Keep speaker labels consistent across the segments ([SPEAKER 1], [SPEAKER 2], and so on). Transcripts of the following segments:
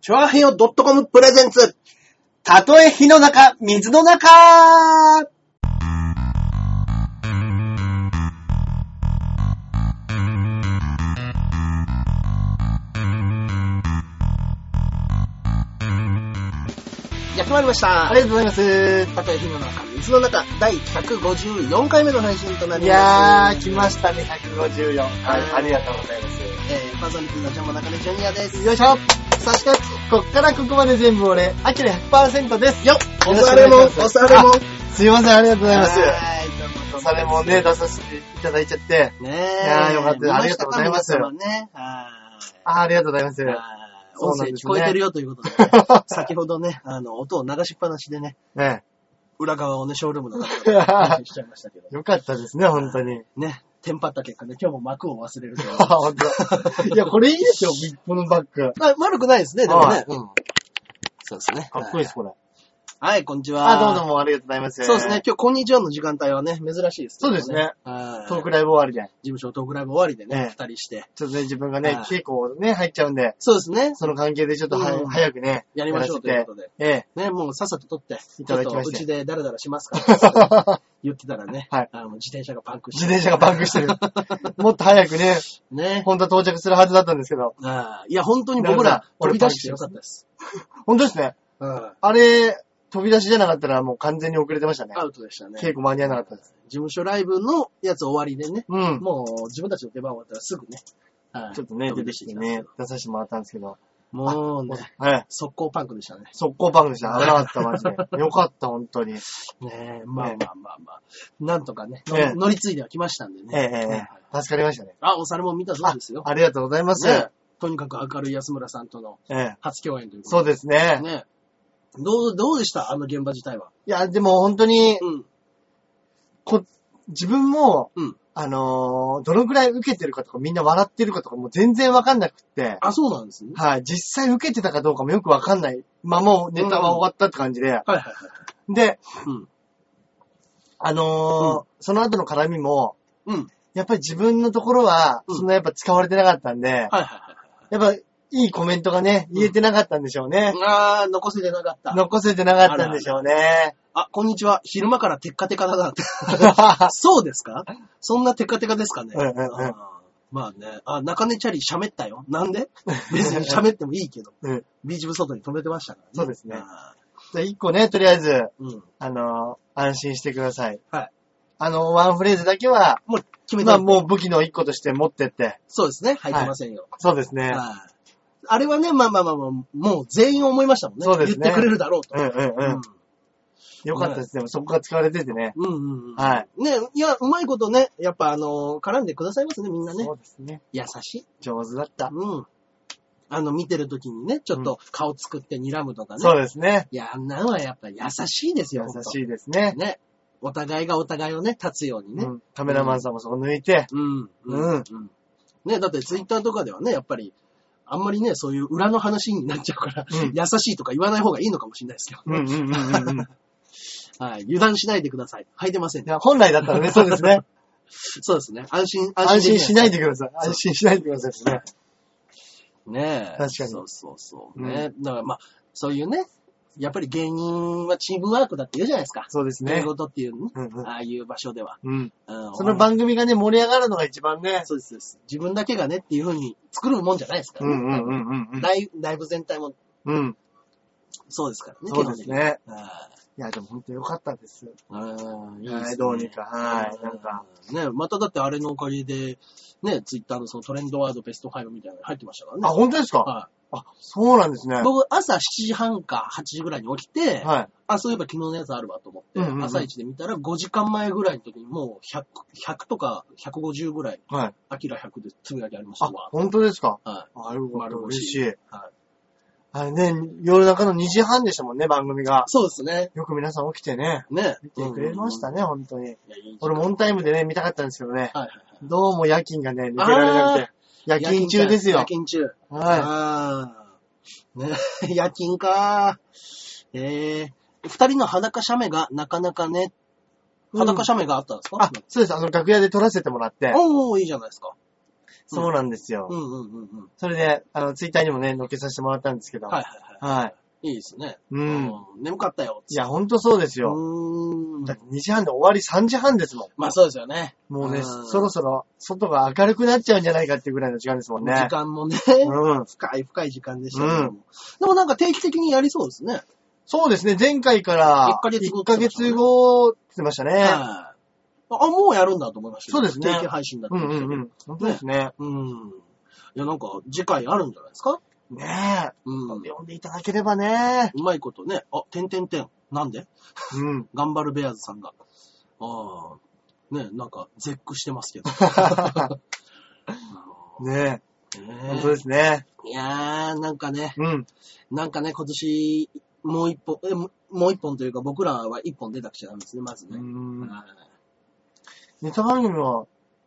[SPEAKER 1] チョアヘヨ .com プレゼンツ。たとえ火の中、水の中
[SPEAKER 2] やってまいりました。
[SPEAKER 1] ありがとうございます。
[SPEAKER 2] たとえ火の中、水の中、第154回目の配信となります。
[SPEAKER 1] いやー、来ましたね、154。
[SPEAKER 2] はいあり
[SPEAKER 1] がとうございます。
[SPEAKER 2] えー、パーソナリティのジャンボ中根ジュニアです。
[SPEAKER 1] よいしょ
[SPEAKER 2] そして、
[SPEAKER 1] こっからここまで全部俺、アキラ100%です。
[SPEAKER 2] よっおされもん、おされもん。ありがとう
[SPEAKER 1] すいません、ありがとうございます。
[SPEAKER 2] はい、どうもどうも
[SPEAKER 1] おされもね、出させていただいちゃって。
[SPEAKER 2] ねえ。
[SPEAKER 1] いやーよかったですありがとうございます
[SPEAKER 2] 見したか皆様ね。はい。
[SPEAKER 1] あーありがとうございます。
[SPEAKER 2] はい
[SPEAKER 1] そう
[SPEAKER 2] 音
[SPEAKER 1] なん
[SPEAKER 2] 声
[SPEAKER 1] です
[SPEAKER 2] 聞
[SPEAKER 1] ね
[SPEAKER 2] こえてるよという ことで、先ほどね、あの、音を流しっぱなしでね、
[SPEAKER 1] ね、
[SPEAKER 2] 裏側をね、ショールームの 中で話しちゃいましたけど、
[SPEAKER 1] よかったですね、本当に。
[SPEAKER 2] ね、テンパった結果ね、今日も幕を忘れるという。
[SPEAKER 1] あ本 当。いや、これいいですよ、このバッグ。
[SPEAKER 2] まあ悪くないですね、でも
[SPEAKER 1] はい
[SPEAKER 2] ね。
[SPEAKER 1] うん
[SPEAKER 2] そうですね。
[SPEAKER 1] かっこいいです、これ。
[SPEAKER 2] はい。はい、こんにちは。
[SPEAKER 1] あ、どうもどうもありがとうございます。
[SPEAKER 2] そうですね。。今日、こんにちはの時間帯はね、珍しいですけど
[SPEAKER 1] そうですね。
[SPEAKER 2] はい。
[SPEAKER 1] トーク
[SPEAKER 2] 事
[SPEAKER 1] ライブ終わりで。
[SPEAKER 2] 務所トークライブ終わりでね
[SPEAKER 1] え、
[SPEAKER 2] 二人して。
[SPEAKER 1] ちょっとね、自分がね
[SPEAKER 2] はい、
[SPEAKER 1] 稽古をね、入っちゃうんで、
[SPEAKER 2] そうですね。
[SPEAKER 1] その関係でちょっとは
[SPEAKER 2] うん
[SPEAKER 1] 早くね、
[SPEAKER 2] やりましょうということで。
[SPEAKER 1] やらせて。え
[SPEAKER 2] ね、もうさっさと撮って、
[SPEAKER 1] いただき
[SPEAKER 2] ちょっ
[SPEAKER 1] まして
[SPEAKER 2] とうちでダラダラします から、言ってたらね、
[SPEAKER 1] はい
[SPEAKER 2] あの自転車がパンク
[SPEAKER 1] え、
[SPEAKER 2] して。
[SPEAKER 1] 自転車がバンクしてる。 もっと早くね、
[SPEAKER 2] ね。
[SPEAKER 1] 本当は到着するはずだったんですけど。
[SPEAKER 2] ああいや、本当に僕
[SPEAKER 1] ダラ
[SPEAKER 2] ら
[SPEAKER 1] ダラ
[SPEAKER 2] 飛び出してよかったです。
[SPEAKER 1] 本当ですね。
[SPEAKER 2] うん。
[SPEAKER 1] あれ、飛び出しじゃなかったらもう完全に遅れてましたね。
[SPEAKER 2] アウトでしたね。
[SPEAKER 1] 稽古間に合わなかったです。
[SPEAKER 2] 事務所ライブのやつ終わりでね、
[SPEAKER 1] うん。
[SPEAKER 2] もう自分たちの出番終わったらすぐね、はい
[SPEAKER 1] ちょっとね、
[SPEAKER 2] 飛
[SPEAKER 1] 出
[SPEAKER 2] び
[SPEAKER 1] て
[SPEAKER 2] 出
[SPEAKER 1] き
[SPEAKER 2] してき
[SPEAKER 1] て
[SPEAKER 2] たんですけ
[SPEAKER 1] ね
[SPEAKER 2] ど。、
[SPEAKER 1] 出させてもらったんですけど。
[SPEAKER 2] もうね、
[SPEAKER 1] はい。
[SPEAKER 2] 速攻パンクでしたね。
[SPEAKER 1] 速攻パンクでした。危なかった、マジ で。よかった、本当に。
[SPEAKER 2] ねえ、まあまあまあまあ。なんとかね、
[SPEAKER 1] ええ
[SPEAKER 2] の乗り継いでは来ましたんで
[SPEAKER 1] ええ、え
[SPEAKER 2] ね。
[SPEAKER 1] え、助かりましたね。
[SPEAKER 2] あ、お猿も見たそうですよ。
[SPEAKER 1] ありがとうございます。
[SPEAKER 2] ねえとにかく明るい安村さんとの
[SPEAKER 1] ええ、
[SPEAKER 2] 初共演ということ
[SPEAKER 1] そうですね。
[SPEAKER 2] ねえ。どう、どうでしたあの現場自体は。
[SPEAKER 1] いや、でも本当に、
[SPEAKER 2] うん。
[SPEAKER 1] こ自分も、
[SPEAKER 2] うん
[SPEAKER 1] あのーどのくらい受けてるかとか、みんな笑ってるかとかも全然わかんなくって、
[SPEAKER 2] あ、そうなんですね。
[SPEAKER 1] はい、実際受けてたかどうかもよくわかんない。まあ、もうネタは終わったって感じで。
[SPEAKER 2] はいはいはい。
[SPEAKER 1] で、
[SPEAKER 2] うん。
[SPEAKER 1] あのーその後の絡みも、
[SPEAKER 2] うん。
[SPEAKER 1] やっぱり自分のところは、
[SPEAKER 2] うん
[SPEAKER 1] そんなやっぱ使われてなかったんで、
[SPEAKER 2] はいはいはい。
[SPEAKER 1] やっぱいいコメントがね、言えてなかったんでしょうね。
[SPEAKER 2] あー、残せてなかった。
[SPEAKER 1] 残せてなかったんでしょうね。
[SPEAKER 2] あ、こんにちは。昼間からテッカテカだな って。そうですかそんなテカテカですかね。
[SPEAKER 1] うんうんうん
[SPEAKER 2] あーまあね。あ、中根チャリ喋ったよ。なん で別に喋ってもいいけど。
[SPEAKER 1] うん
[SPEAKER 2] ビーチ部外に止めてましたからね。
[SPEAKER 1] そうですね
[SPEAKER 2] あ
[SPEAKER 1] じゃあ一個ね、とりあえず、
[SPEAKER 2] ーうん。
[SPEAKER 1] あのー安心してください。
[SPEAKER 2] はい。
[SPEAKER 1] あのーワンフレーズだけは、
[SPEAKER 2] もう決めて、
[SPEAKER 1] まあもう武器の一個として持ってって。
[SPEAKER 2] そうですね。入ってませんよ。
[SPEAKER 1] そうです
[SPEAKER 2] は
[SPEAKER 1] ね。
[SPEAKER 2] いあれはね、まあまあまあまあ、もう全員思いましたもんね。
[SPEAKER 1] そうですね
[SPEAKER 2] 言ってくれるだろうと。
[SPEAKER 1] うんうんうん。よかったです。でもそこが使われててね。
[SPEAKER 2] うんうんうん。。
[SPEAKER 1] はい
[SPEAKER 2] ね、いや、うまいことね、やっぱあの、絡んでくださいますね、みんなね
[SPEAKER 1] そ。うですね。
[SPEAKER 2] 優しい。
[SPEAKER 1] 上手だった。
[SPEAKER 2] うん。あの、見てる時にね、ちょっと顔作って睨むとかね。
[SPEAKER 1] そうですね。
[SPEAKER 2] いや、あんなんはやっぱ優しいです
[SPEAKER 1] 優
[SPEAKER 2] よ、ほんと
[SPEAKER 1] しいですね。
[SPEAKER 2] ね。お互いがお互いをね、立つようにね
[SPEAKER 1] う。んカメラマンさんもそこ抜いて。
[SPEAKER 2] うん。
[SPEAKER 1] うん
[SPEAKER 2] ね、だってツイッターとかではね、やっぱり、あんまりね、そういう裏の話になっちゃうから、
[SPEAKER 1] うん
[SPEAKER 2] 優しいとか言わない方がいいのかもしれないですけど
[SPEAKER 1] うん
[SPEAKER 2] ね。
[SPEAKER 1] うんうんうんうん。い
[SPEAKER 2] はい。油断しないでください。履いてませんね。
[SPEAKER 1] や本来だったらね、そうですね。
[SPEAKER 2] そうですね。安心、。
[SPEAKER 1] 安心しないいでください。安心しないでくださいですね。
[SPEAKER 2] ねえ。
[SPEAKER 1] 確かに
[SPEAKER 2] そうそうそう。
[SPEAKER 1] うん
[SPEAKER 2] ね、だからまあ、そういうね、やっぱり芸人はチームワークだって言うじゃないですか。
[SPEAKER 1] そうです
[SPEAKER 2] そうい
[SPEAKER 1] ね
[SPEAKER 2] う。ことっていうのね。
[SPEAKER 1] うんうん
[SPEAKER 2] ああいう場所では。
[SPEAKER 1] うん。
[SPEAKER 2] うん
[SPEAKER 1] その番組がね、盛り上がるのが一番ね。
[SPEAKER 2] そうですそうです。自分だけがねっていうふうに作るもんじゃないですか
[SPEAKER 1] う
[SPEAKER 2] らね。
[SPEAKER 1] んうんうんうんうん
[SPEAKER 2] ライブライブ全体も
[SPEAKER 1] うん。
[SPEAKER 2] そうですからね。
[SPEAKER 1] そうですね。
[SPEAKER 2] 基本的に。はい
[SPEAKER 1] いや、でも本当よかったです。
[SPEAKER 2] うんいいですね
[SPEAKER 1] はい、どうにか。はい、なんか。。
[SPEAKER 2] ね、まただってあれのおかげで、ね、ツイッターのそのトレンドワードベスト5みたいなの入ってましたからね。
[SPEAKER 1] あ、本当ですか
[SPEAKER 2] は
[SPEAKER 1] あ、そうなんですね。
[SPEAKER 2] い、僕、朝7時半か8時ぐらいに起きて、
[SPEAKER 1] はい。
[SPEAKER 2] あ、そういえば昨日のやつあるわと思って、
[SPEAKER 1] うんうんうん
[SPEAKER 2] 朝一で見たら5時間前ぐらいの時にもう100、100とか150ぐらい、
[SPEAKER 1] はい。
[SPEAKER 2] アキラ100でつぶやきありました
[SPEAKER 1] あ
[SPEAKER 2] わ。、
[SPEAKER 1] 本当ですか
[SPEAKER 2] は
[SPEAKER 1] あ、よかった。
[SPEAKER 2] 丸干
[SPEAKER 1] 嬉
[SPEAKER 2] し
[SPEAKER 1] しい。
[SPEAKER 2] い。はい。
[SPEAKER 1] あれね、夜中の2時半でしたもんね、番組が。
[SPEAKER 2] そうですね。
[SPEAKER 1] よく皆さん起きてね、
[SPEAKER 2] ね。
[SPEAKER 1] 見てくれました
[SPEAKER 2] ね。
[SPEAKER 1] ね、本当
[SPEAKER 2] い
[SPEAKER 1] に。
[SPEAKER 2] やいい時間
[SPEAKER 1] 俺もオンタイムでね、見たかったんですけどね。
[SPEAKER 2] はいはい
[SPEAKER 1] どうも夜勤がね、抜けられなくて。夜
[SPEAKER 2] はい。
[SPEAKER 1] 勤中です
[SPEAKER 2] 夜
[SPEAKER 1] よ。
[SPEAKER 2] 勤中。
[SPEAKER 1] は
[SPEAKER 2] ああ。ね、 夜勤か。ええ二人の裸写メがなかなかね、
[SPEAKER 1] うん
[SPEAKER 2] 裸写メがあったんです
[SPEAKER 1] い。
[SPEAKER 2] か
[SPEAKER 1] あ、そうです。あの、楽屋で撮らせてもらって、
[SPEAKER 2] おー、いいじゃないですか。
[SPEAKER 1] そうなんですよ。
[SPEAKER 2] うんうんうんうん。
[SPEAKER 1] それで、あの、ツイッターにもね、載っけさせてもらったんですけど。
[SPEAKER 2] はいはい
[SPEAKER 1] い。
[SPEAKER 2] は
[SPEAKER 1] はい。
[SPEAKER 2] い。いいですね。
[SPEAKER 1] うん。
[SPEAKER 2] 眠かったよ。
[SPEAKER 1] いや、ほんとそうです
[SPEAKER 2] う
[SPEAKER 1] よ。
[SPEAKER 2] ーん。
[SPEAKER 1] だって2時半で終わり3時半ですも
[SPEAKER 2] まあそうですよね。
[SPEAKER 1] ん。もうね、
[SPEAKER 2] うん
[SPEAKER 1] そろそろ外が明るくなっちゃうんじゃないかっていうぐらいの時間ですもんね。
[SPEAKER 2] 時間もね、
[SPEAKER 1] うん。
[SPEAKER 2] 深い深い時間でしたけども。でもなんか定期的にやりそうですね。
[SPEAKER 1] そうですね、前回から
[SPEAKER 2] 1ヶ月後
[SPEAKER 1] 1ヶ月後って言ってました
[SPEAKER 2] はい。
[SPEAKER 1] ね。
[SPEAKER 2] あ、もうやるんだと思いましたよ
[SPEAKER 1] そうですね
[SPEAKER 2] 定期配信だった
[SPEAKER 1] うん
[SPEAKER 2] ん
[SPEAKER 1] う
[SPEAKER 2] ですけど
[SPEAKER 1] んうん。本当ですね。
[SPEAKER 2] うん。いや、なんか、次回あるんじゃないですか
[SPEAKER 1] ねえ。
[SPEAKER 2] うん。
[SPEAKER 1] 読んでいただければね。
[SPEAKER 2] うまいことね。あ、てんてんてん。なんで
[SPEAKER 1] うん。
[SPEAKER 2] 頑張るベアーズさんが。ああ。ね、なんか、絶句してますけ ど。
[SPEAKER 1] ねえ。
[SPEAKER 2] ね
[SPEAKER 1] 本当ですね。
[SPEAKER 2] いやー、なんかね、
[SPEAKER 1] うん。
[SPEAKER 2] なんかね、今年、もう一本、え、ももう一本というか、僕らは一本出なくちゃダメですね、まず
[SPEAKER 1] う
[SPEAKER 2] ね。
[SPEAKER 1] ん
[SPEAKER 2] はい
[SPEAKER 1] ネタ番組は、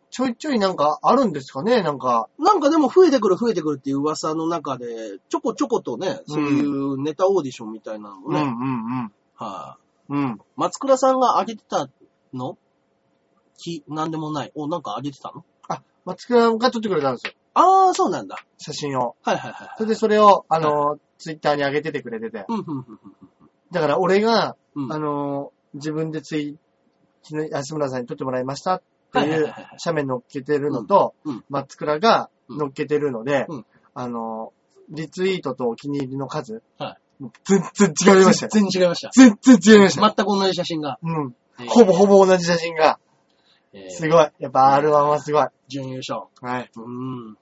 [SPEAKER 1] ちょいちょいなんかあるんですかねなんか。
[SPEAKER 2] なんかでも増えてくる増えてくるっていう噂の中で、ちょこちょことね、そういうネタオーディションみたいなのを
[SPEAKER 1] うん
[SPEAKER 2] ね、
[SPEAKER 1] う
[SPEAKER 2] はい、
[SPEAKER 1] んうん。うん。
[SPEAKER 2] 松倉さんが上げてたのき、なんでもない。お、なんか上げてたの
[SPEAKER 1] あ、松倉が撮ってくれたんですよ。
[SPEAKER 2] あー、そうなんだ。
[SPEAKER 1] 写真を。
[SPEAKER 2] はいはいはいはい。
[SPEAKER 1] それでそれを、あの、ツイッターに上げててくれてて。
[SPEAKER 2] うん、うん、うん
[SPEAKER 1] だから俺が、
[SPEAKER 2] うん、うん。
[SPEAKER 1] あ
[SPEAKER 2] は
[SPEAKER 1] の、自分でツイ、昨日安村さんに撮ってもらいましたって
[SPEAKER 2] はいはい
[SPEAKER 1] い
[SPEAKER 2] はいうはい
[SPEAKER 1] 斜面乗っけてるのと
[SPEAKER 2] うんうん、
[SPEAKER 1] 松倉が乗っけてるので
[SPEAKER 2] うん、
[SPEAKER 1] あの、リツイートとお気に入りの数、
[SPEAKER 2] い。
[SPEAKER 1] 全然違いましたよ。
[SPEAKER 2] 全然違いました。
[SPEAKER 1] 全然違いました。
[SPEAKER 2] 全く同じ写真が。
[SPEAKER 1] うん。ほぼほぼ同じ写真が。
[SPEAKER 2] えー
[SPEAKER 1] すごい。やっぱ R1 はすごい。
[SPEAKER 2] 準優勝。
[SPEAKER 1] はい。
[SPEAKER 2] うん。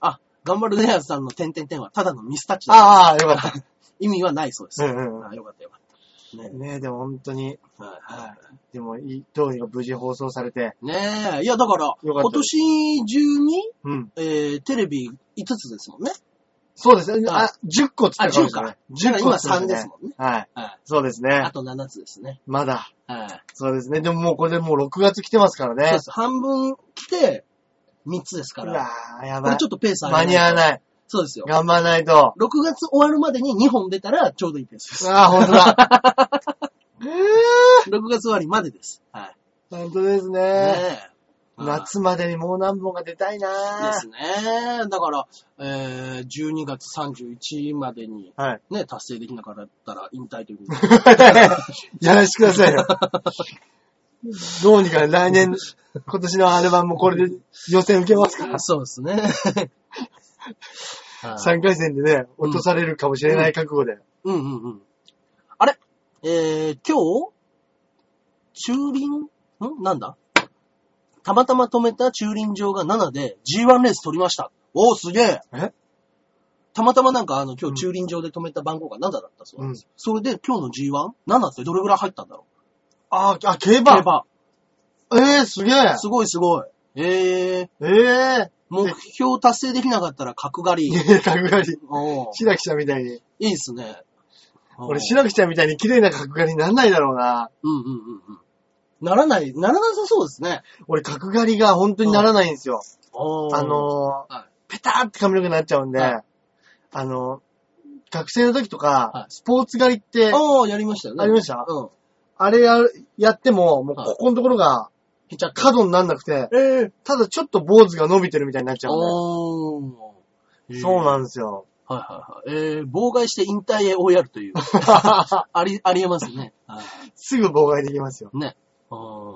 [SPEAKER 2] あ、頑張るネアズさんの点々点はただのミスタッチだ。
[SPEAKER 1] ああ、よかっ
[SPEAKER 2] 意味はないそうです。
[SPEAKER 1] た。うんう
[SPEAKER 2] あ、よかったよかった。ね
[SPEAKER 1] ん。ねえ、でも本当に、
[SPEAKER 2] はいはい
[SPEAKER 1] はでも、いい、当時が無事放送されて、
[SPEAKER 2] ねえ。いや、だから、
[SPEAKER 1] よかった
[SPEAKER 2] 今年中に、
[SPEAKER 1] うん。
[SPEAKER 2] えー、テレビ5つですもんね。
[SPEAKER 1] そうですね。
[SPEAKER 2] はい
[SPEAKER 1] あ、10個つったかもしれない。
[SPEAKER 2] だから
[SPEAKER 1] 10個
[SPEAKER 2] 今
[SPEAKER 1] つった
[SPEAKER 2] 3ですもんね。
[SPEAKER 1] はい。
[SPEAKER 2] はい。
[SPEAKER 1] そうです
[SPEAKER 2] あ
[SPEAKER 1] ね。
[SPEAKER 2] と7つですね。
[SPEAKER 1] まだ。
[SPEAKER 2] はい。
[SPEAKER 1] そうですね。でももうこれでもう6月来てますか
[SPEAKER 2] そ
[SPEAKER 1] ら
[SPEAKER 2] う
[SPEAKER 1] ね
[SPEAKER 2] で。す。半分来て、3つですか
[SPEAKER 1] う
[SPEAKER 2] ら。
[SPEAKER 1] わー、や
[SPEAKER 2] こ
[SPEAKER 1] ば
[SPEAKER 2] れ
[SPEAKER 1] い
[SPEAKER 2] ちょ。っとペース上げ
[SPEAKER 1] 間に合わ
[SPEAKER 2] い。
[SPEAKER 1] ない。
[SPEAKER 2] そうですよ。
[SPEAKER 1] 頑張らないと。
[SPEAKER 2] 6月終わるまでに2本出たらちょうどいいペース です。
[SPEAKER 1] ああ、ほん とだ。えー
[SPEAKER 2] 6月終わりまでです。はい。
[SPEAKER 1] 本当ですね。
[SPEAKER 2] ねえ。
[SPEAKER 1] 夏までにもう何本が出たいな
[SPEAKER 2] で
[SPEAKER 1] ー
[SPEAKER 2] すね。だから、えー、12月31までに、
[SPEAKER 1] はい。
[SPEAKER 2] ね、達成できなかったら引退ということで。
[SPEAKER 1] やらしてくださ いよ。どうにか来年、今年のアルバムもこれで予選受けますから。
[SPEAKER 2] そうです ね。 はい
[SPEAKER 1] 3回戦でね、落とされるかもしれない覚悟で。
[SPEAKER 2] うんうんうん。あれえー、今日駐輪んなんだたまたま止めた駐輪場が7で G1 レース取りました。おー、すげえ
[SPEAKER 1] え
[SPEAKER 2] たまたまなんかあの今
[SPEAKER 1] うん
[SPEAKER 2] 日駐輪場で止めた番号が7だったそうなんですよ。
[SPEAKER 1] う
[SPEAKER 2] それで今日の G1?7 ってどれぐらい入ったんだろ
[SPEAKER 1] あーあ、競
[SPEAKER 2] う
[SPEAKER 1] 馬
[SPEAKER 2] 競馬。
[SPEAKER 1] ええー、すげえ
[SPEAKER 2] すごいすごい。えー、
[SPEAKER 1] ええ
[SPEAKER 2] 目標達成できなかったら角刈り。
[SPEAKER 1] ー。角刈り。
[SPEAKER 2] おー
[SPEAKER 1] 白木ちゃんみたいに。
[SPEAKER 2] いいですね。
[SPEAKER 1] 俺、
[SPEAKER 2] ら
[SPEAKER 1] 白木ちゃんみたいに綺麗な角刈りになんないだろうな。
[SPEAKER 2] うんうんうんうん。ならない、ならなさそうですね。
[SPEAKER 1] 俺、角刈りが本当にならないんですよ。あ
[SPEAKER 2] あ
[SPEAKER 1] のー
[SPEAKER 2] はい
[SPEAKER 1] ペターって髪の毛になっちゃうんで、
[SPEAKER 2] は
[SPEAKER 1] あのー学生の時とか、
[SPEAKER 2] はい
[SPEAKER 1] スポーツ刈りって、
[SPEAKER 2] ああ、やりましたよね。
[SPEAKER 1] ありました
[SPEAKER 2] うん。
[SPEAKER 1] あれやるやっても、もう
[SPEAKER 2] はい
[SPEAKER 1] ここのところが
[SPEAKER 2] へちゃった。
[SPEAKER 1] 角になんなくて、
[SPEAKER 2] ええ
[SPEAKER 1] ただちょっと坊主が伸びてるみたいになっちゃうん
[SPEAKER 2] おー。
[SPEAKER 1] で。そうんなんですよ。
[SPEAKER 2] はいはいはい。えー、妨害して引退へ追いやるという。 あり、ありえますね。はい
[SPEAKER 1] すぐ妨害できますよ。
[SPEAKER 2] ね。うん。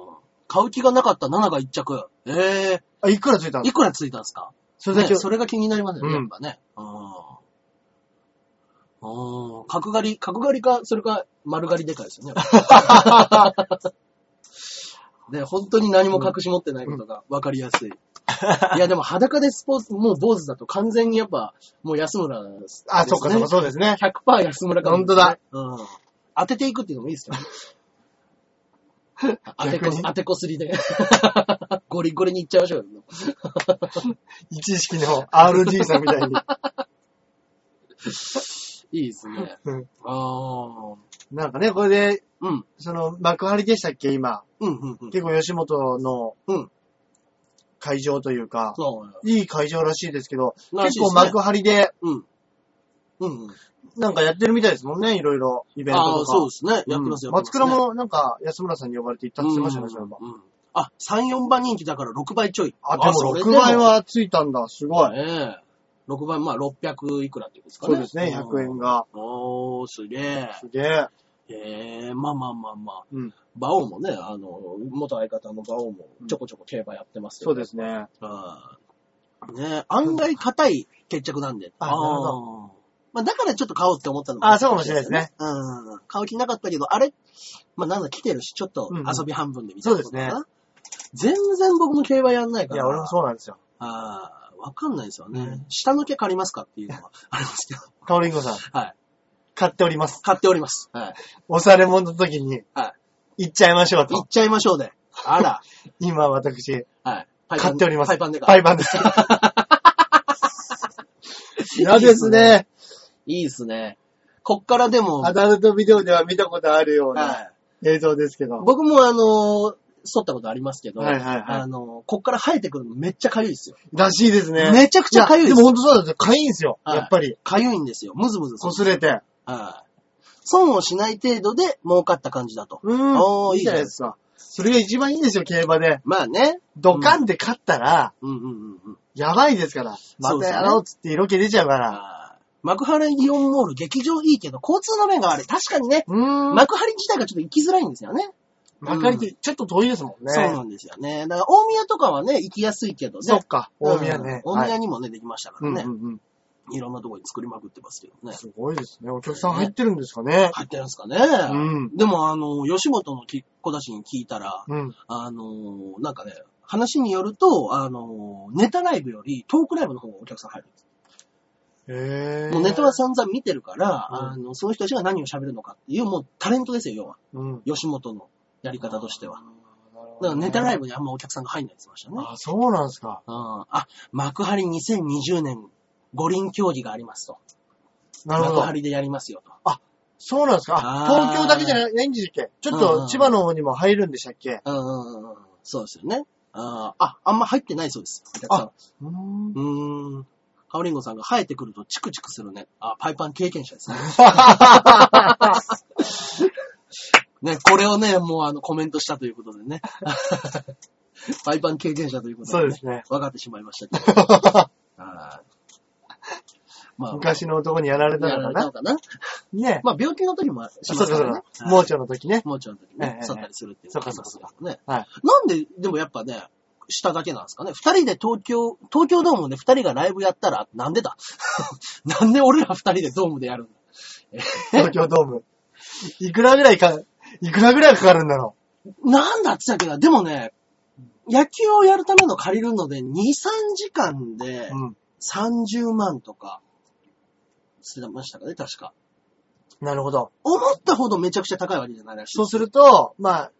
[SPEAKER 2] 買う気がなかった7が1着。え
[SPEAKER 1] あ、いくらついた
[SPEAKER 2] ー、
[SPEAKER 1] の
[SPEAKER 2] いくらついたんですか
[SPEAKER 1] それだけ、
[SPEAKER 2] ねそれが気になりますよね、
[SPEAKER 1] うん
[SPEAKER 2] やっぱね。うん。うん。角刈り、角刈りか、それか丸刈りでかいですよね。 ね、本当に何も隠し持ってないことが分かりやすい。いや、でも裸でスポーツ、もう坊主だと完全にやっぱ、もう安村です、
[SPEAKER 1] あ、そうかそうか、そうですね。
[SPEAKER 2] 100%安村か、
[SPEAKER 1] 本当だ。
[SPEAKER 2] うん。当てていくっていうのもいいですよね。当てこ
[SPEAKER 1] 逆に、
[SPEAKER 2] 当てこすりで。ゴリゴリにいっちゃいましょうよ。
[SPEAKER 1] 一式の RG さんみたい に。
[SPEAKER 2] いいですね。
[SPEAKER 1] うん
[SPEAKER 2] ああ。
[SPEAKER 1] なんかね、これで、
[SPEAKER 2] うん。
[SPEAKER 1] その、幕張でしたっけ、今。
[SPEAKER 2] うん、うん、うん。
[SPEAKER 1] 結構吉本の
[SPEAKER 2] うん。
[SPEAKER 1] 会場というか、
[SPEAKER 2] そう。
[SPEAKER 1] いい会場らしいですけど、
[SPEAKER 2] らしい
[SPEAKER 1] 結
[SPEAKER 2] で
[SPEAKER 1] 構
[SPEAKER 2] すね
[SPEAKER 1] 幕張で、
[SPEAKER 2] うん。うん、うん。
[SPEAKER 1] なんかやってるみたいですもんね、いろいろ、イベントと
[SPEAKER 2] あ
[SPEAKER 1] か。
[SPEAKER 2] あ、そうですね。やって
[SPEAKER 1] うん
[SPEAKER 2] ますよ。
[SPEAKER 1] 松倉もなんか安村さんに呼ばれて行ったって言ってましたね、そういえば
[SPEAKER 2] うんうんあ、3、4番人気だから6倍ちょい。
[SPEAKER 1] あ、でも
[SPEAKER 2] それ
[SPEAKER 1] 6倍はついたんだ。すごい。
[SPEAKER 2] ねえ。6倍、まあ600いくらっていうんですかね。
[SPEAKER 1] そうですね、100
[SPEAKER 2] うん。
[SPEAKER 1] 円が。
[SPEAKER 2] おー、すげえ。
[SPEAKER 1] すげえ。
[SPEAKER 2] ええまあまあまあまあ。
[SPEAKER 1] うん。
[SPEAKER 2] 馬王もね、あの、元相方の馬王もちょこちょこ競馬やってますけ
[SPEAKER 1] そ
[SPEAKER 2] ど。
[SPEAKER 1] うですね。
[SPEAKER 2] うん。ね案外硬い決着なんで。
[SPEAKER 1] あなるほ
[SPEAKER 2] ど。まあだからちょっと買おうって思ったの
[SPEAKER 1] あそうかもしれないですね。
[SPEAKER 2] うん。買う気なかったけど、あれまあなんだ来てるし、ちょっと
[SPEAKER 1] うんうん
[SPEAKER 2] 遊び半分で見たいなことかな
[SPEAKER 1] そ
[SPEAKER 2] 全然僕も競馬やんないか
[SPEAKER 1] い
[SPEAKER 2] ら。
[SPEAKER 1] や、俺もそうなんですよ。
[SPEAKER 2] ああ、わかんないですよね。
[SPEAKER 1] うん
[SPEAKER 2] 下の毛借りますかっていうの はありますけど。
[SPEAKER 1] カオリンコさん、
[SPEAKER 2] はい。
[SPEAKER 1] 買っております。
[SPEAKER 2] 買っております。はい。
[SPEAKER 1] 押され物の時に、
[SPEAKER 2] は
[SPEAKER 1] 行っちゃいましょう
[SPEAKER 2] い。行
[SPEAKER 1] と
[SPEAKER 2] っ。ちゃいましょうで。あら。
[SPEAKER 1] 今私、
[SPEAKER 2] はい。パイパン
[SPEAKER 1] 買っております。
[SPEAKER 2] パイパンでか。
[SPEAKER 1] パイパンです。 嫌ですね。
[SPEAKER 2] いいですね。こっからでも、
[SPEAKER 1] アダルトビデオでは見たことあるような
[SPEAKER 2] はい。
[SPEAKER 1] 映像ですけど。
[SPEAKER 2] 僕もあのー、剃ったことありますけど、
[SPEAKER 1] はいはいはい
[SPEAKER 2] あのー、こっから生えてくるのめっちゃ痒いですよ。
[SPEAKER 1] らしいですね。
[SPEAKER 2] めちゃくちゃ痒いで
[SPEAKER 1] やですも本当そうなんですよ。痒いんですよ。
[SPEAKER 2] はい
[SPEAKER 1] やっぱり。
[SPEAKER 2] 痒いんですよ。むずむずする
[SPEAKER 1] 擦れて。
[SPEAKER 2] はい。損をしない程度で儲かった感じだと。
[SPEAKER 1] うん。
[SPEAKER 2] おー
[SPEAKER 1] いいじゃないですか。それが一番いいんですよ、競馬で。
[SPEAKER 2] まあね。
[SPEAKER 1] ドカンで勝ったら、
[SPEAKER 2] うんうんうんうん。
[SPEAKER 1] やばいですから。またやろうっつって色気出ちゃうから。
[SPEAKER 2] あー幕張イオンモール劇場いいけど、交通の面が悪い。確かにね。
[SPEAKER 1] うーん。
[SPEAKER 2] 幕張自体がちょっと行きづらいんですよね。
[SPEAKER 1] まかりってちょっと遠いですもんね。
[SPEAKER 2] そうなんですよね。だから大宮とかはね、行きやすいけどね。
[SPEAKER 1] そっか、
[SPEAKER 2] うん
[SPEAKER 1] 大宮ね。
[SPEAKER 2] 大
[SPEAKER 1] は
[SPEAKER 2] 宮
[SPEAKER 1] い
[SPEAKER 2] にもね、できましたか
[SPEAKER 1] う
[SPEAKER 2] ら
[SPEAKER 1] ん
[SPEAKER 2] ね。
[SPEAKER 1] うんうん。
[SPEAKER 2] いろんなところに作りまくってますけどね。
[SPEAKER 1] すごいですね。お客さん入ってるんですかね。
[SPEAKER 2] 入ってるんですかね。
[SPEAKER 1] うん。
[SPEAKER 2] でも、あの、吉本のき子たちに聞いたら、
[SPEAKER 1] うん。
[SPEAKER 2] あの、なんかね、話によると、あの、ネタライブよりトークライブの方がお客さん入るんです。
[SPEAKER 1] へえ。
[SPEAKER 2] もうネタは散々見てるから、
[SPEAKER 1] うん
[SPEAKER 2] あの、その人たちが何を喋るのかっていう、もうタレントですよ、要は。
[SPEAKER 1] うん。なる
[SPEAKER 2] 吉本のやり方としては。
[SPEAKER 1] ほ
[SPEAKER 2] だから
[SPEAKER 1] どね
[SPEAKER 2] ネタライブにあんまお客さんが入んないって言ってましたね。
[SPEAKER 1] あ、そうなんですか。
[SPEAKER 2] うんあ、幕張2020年五輪競技がありますと。
[SPEAKER 1] なるほ
[SPEAKER 2] 幕
[SPEAKER 1] ど。
[SPEAKER 2] 張でやりますよと。
[SPEAKER 1] そうなんですか。
[SPEAKER 2] あー
[SPEAKER 1] あ東京だけじゃないないんでしたっけちょっ
[SPEAKER 2] うんうん
[SPEAKER 1] と千葉の方にも入るんでしたっけ
[SPEAKER 2] うんうんうんうん。そうですよね。あー、ああんま入ってないそうです。お客さん
[SPEAKER 1] あうーん。
[SPEAKER 2] うーん。カオリンゴさんが生えてくるとチクチクするね。あ、パイパン経験者 ですね。ね、これをね、もうあのコメントしたということでね。 パイパン経験者ということで、ね。
[SPEAKER 1] そうですね。
[SPEAKER 2] 分かってしまいました けど。あーまあ、
[SPEAKER 1] 昔の男にやられた
[SPEAKER 2] やら
[SPEAKER 1] の
[SPEAKER 2] れ
[SPEAKER 1] か
[SPEAKER 2] た
[SPEAKER 1] な
[SPEAKER 2] のかな。
[SPEAKER 1] ね。
[SPEAKER 2] まあ、病気の時もし
[SPEAKER 1] そ
[SPEAKER 2] ま
[SPEAKER 1] うか
[SPEAKER 2] す
[SPEAKER 1] そう
[SPEAKER 2] からね。。
[SPEAKER 1] か盲腸の時ね。
[SPEAKER 2] もうちょっとね
[SPEAKER 1] え、え
[SPEAKER 2] 去ったりするっていう
[SPEAKER 1] そう
[SPEAKER 2] の
[SPEAKER 1] か
[SPEAKER 2] が
[SPEAKER 1] そうか
[SPEAKER 2] そうかね。
[SPEAKER 1] はい
[SPEAKER 2] なんで、でもやっぱね、下だけなんですかね。二人で東京、東京ドームで二人がライブやったら、なんでだ なんで俺ら二人でドームでやるんだ
[SPEAKER 1] 東京ドーム。いくらぐらいか、いくらぐらいかかるんだろ
[SPEAKER 2] なんだって言ったっけな、でもね、野球をやるための借りるので、2、3時間で
[SPEAKER 1] う。うん。
[SPEAKER 2] 30万とか、捨てましたかね、確か。
[SPEAKER 1] なるほど。
[SPEAKER 2] 思ったほどめちゃくちゃ高いわけじゃないらしい。
[SPEAKER 1] そうすると、まあ、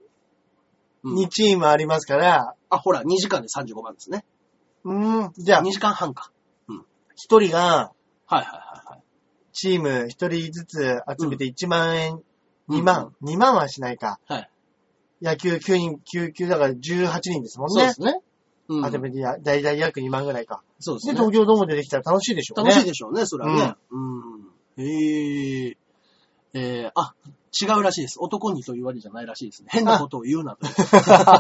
[SPEAKER 2] うん
[SPEAKER 1] 2チームありますから、
[SPEAKER 2] あ、ほら、2時間で35万ですね。
[SPEAKER 1] うーん、じゃあ
[SPEAKER 2] 2、時間半か。
[SPEAKER 1] 一人が、
[SPEAKER 2] はいはいはいはい。
[SPEAKER 1] チーム一人ずつ集めて1万円、
[SPEAKER 2] う
[SPEAKER 1] 2
[SPEAKER 2] ん
[SPEAKER 1] 万、2万はしないか。
[SPEAKER 2] はい。
[SPEAKER 1] 野球9人、9球だから18人ですもん
[SPEAKER 2] そうで
[SPEAKER 1] ね。
[SPEAKER 2] すね。うん
[SPEAKER 1] 集めてや、だいたい約2万ぐらいか。
[SPEAKER 2] そうです
[SPEAKER 1] で、
[SPEAKER 2] ね。
[SPEAKER 1] 東京ドームでできたら楽しいでしょうね。
[SPEAKER 2] 楽しいでしょうね、それはね。うん。へえ。えー、あ、違うらしいです。男にというわけじゃないらしいですね。変なことを言うなという。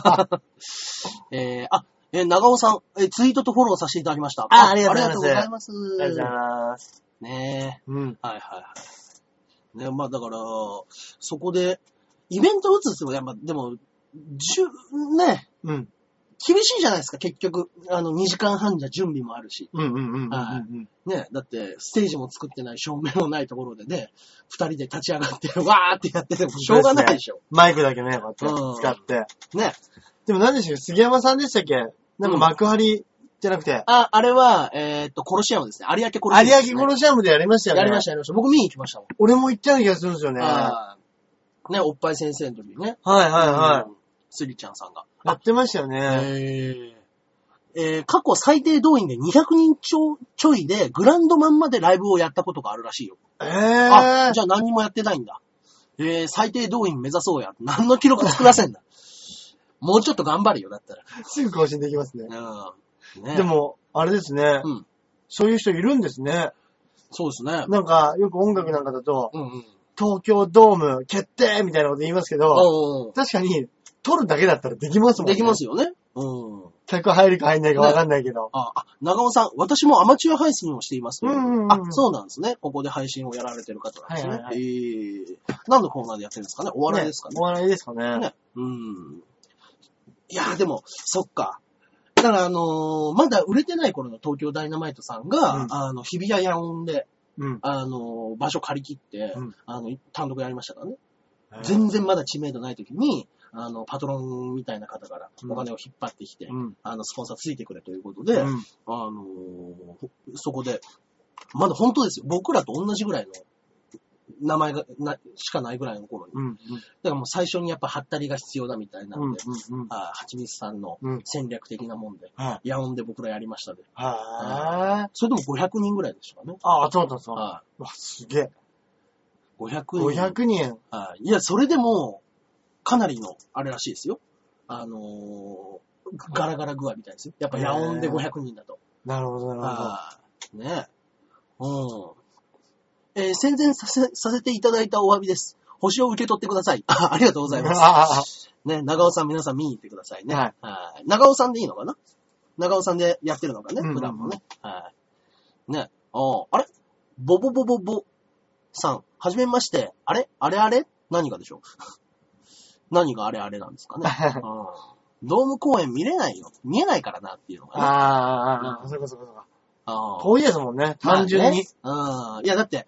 [SPEAKER 2] えー、あ、えー長尾さん、えーツイートとフォローさせていただきました。
[SPEAKER 1] あありがとうございます
[SPEAKER 2] ありがとうございます。
[SPEAKER 1] ありがとうございます。
[SPEAKER 2] ね
[SPEAKER 1] うん。
[SPEAKER 2] え。はいはいはい。ね、まあだから、そこで、イベント打つっても、やっぱ、でも、じゅ、ね、
[SPEAKER 1] うん。
[SPEAKER 2] 厳しいじゃないですか、結局。あの、2時間半じゃ準備もあるし。
[SPEAKER 1] うんうんうんうんうんうん。
[SPEAKER 2] はいね、だって、ステージも作ってない、照明もないところでね、二人で立ち上がって、わーってやっててもしょうがないでしょ。
[SPEAKER 1] マイクだけね、こうや
[SPEAKER 2] うん
[SPEAKER 1] って使って。
[SPEAKER 2] ね。
[SPEAKER 1] でも何でしたっけ杉山さんでしたっけなんか幕張じゃなくて、
[SPEAKER 2] あ、あれは、えーっと、コロシアムですね。有明コロシアムですね、
[SPEAKER 1] 有明コロシアムでやりましたよね。
[SPEAKER 2] やりました、やりました。僕見に行きましたもん。
[SPEAKER 1] 俺も行ったような気がするんですよね。は
[SPEAKER 2] あーね、おっぱい先生の時にね。
[SPEAKER 1] いはいはい。
[SPEAKER 2] い。スリちゃんさんが。
[SPEAKER 1] やってましたよね。
[SPEAKER 2] えー、過去最低動員で200人ちょちょいで、グランドマンまでライブをやったことがあるらしいよ。
[SPEAKER 1] え
[SPEAKER 2] あ、
[SPEAKER 1] ー
[SPEAKER 2] じ。ゃあ何もやってないんだ。えー、最低動員目指そうや。何の記録作らせんだ。 もうちょっと頑張るよ、だったら。
[SPEAKER 1] すぐ更新できますね。
[SPEAKER 2] うん。ね、
[SPEAKER 1] で、も、あれですね
[SPEAKER 2] うん。
[SPEAKER 1] そういう人いるんですね。
[SPEAKER 2] そうですね。
[SPEAKER 1] なんか、よく音楽なんかだと、
[SPEAKER 2] うんうん。
[SPEAKER 1] 東京ドーム決定みたいなこと言いますけど、
[SPEAKER 2] おー
[SPEAKER 1] 確かに、取るだけだったらできますもんね。
[SPEAKER 2] できますよね。うん。
[SPEAKER 1] 客入るか入んないかわかんないけど。
[SPEAKER 2] あ、あ、長尾さん、私もアマチュア配信をしています、
[SPEAKER 1] うんうんうん
[SPEAKER 2] あ、そうなんですね。ここで配信をやられてる方なんですね。
[SPEAKER 1] はいはいはい
[SPEAKER 2] えー、何のコーナーでやってるんですかねお笑いですかね
[SPEAKER 1] ねお笑いですかね。
[SPEAKER 2] ね。うん。いやー、でも、そっか。だから、あのーまだ売れてない頃の東京ダイナマイトさんが、
[SPEAKER 1] うん
[SPEAKER 2] あの、日比谷野音で、
[SPEAKER 1] うん。
[SPEAKER 2] あのー場所借り切って、
[SPEAKER 1] うん
[SPEAKER 2] あの、単独やりましたからね。全然まだ知名度ない時に、あの、パトロンみたいな方からお金を引っ張ってきて、
[SPEAKER 1] うん。
[SPEAKER 2] あの、スポンサーついてくれということで、
[SPEAKER 1] うん。
[SPEAKER 2] あのーほそこで、まだ本当ですよ。僕らと同じぐらいの名前が、な、しかないぐらいの頃に。だ
[SPEAKER 1] うん。
[SPEAKER 2] からもう最初にやっぱハッタリが必要だみたいな
[SPEAKER 1] うん。うんん
[SPEAKER 2] で、。
[SPEAKER 1] うん。
[SPEAKER 2] あーはちみつさんの
[SPEAKER 1] うん
[SPEAKER 2] 戦略的なもんで、
[SPEAKER 1] はい。
[SPEAKER 2] ヤオンで僕らやりましたで。
[SPEAKER 1] はぁ
[SPEAKER 2] それでも500人ぐらいでしたかね。
[SPEAKER 1] あ、そうそうそう。わ、
[SPEAKER 2] は
[SPEAKER 1] すげえ。
[SPEAKER 2] い。500人。
[SPEAKER 1] 500人。
[SPEAKER 2] はい。いや、それでも、かなりの、あれらしいですよ。あのーガラガラ具合みたいですよ。やっぱヤオンで500人だと。
[SPEAKER 1] なるほど、なるほど。
[SPEAKER 2] はい。ねえ。うん。えー宣伝させ、させていただいたお詫びです。星を受け取ってください。あありがとうござい ます。
[SPEAKER 1] ます。
[SPEAKER 2] ね、長尾さん皆さん見に行ってくださいね。
[SPEAKER 1] はい
[SPEAKER 2] い。長尾さんでいいのかな長尾さんでやってるのかね、
[SPEAKER 1] うんうんうん
[SPEAKER 2] 普段もね。はい。ね、ああれボボボボボさん、はじめまして。あれあれあれ何がでしょう 何があれあれなんですかね。うんドーム公演見れないよ。見えないからなっていうのがね。
[SPEAKER 1] ああ、そうかそうかそうか。
[SPEAKER 2] ああ
[SPEAKER 1] 遠いですもんね、単純に。。
[SPEAKER 2] まあねうん。いや、だって、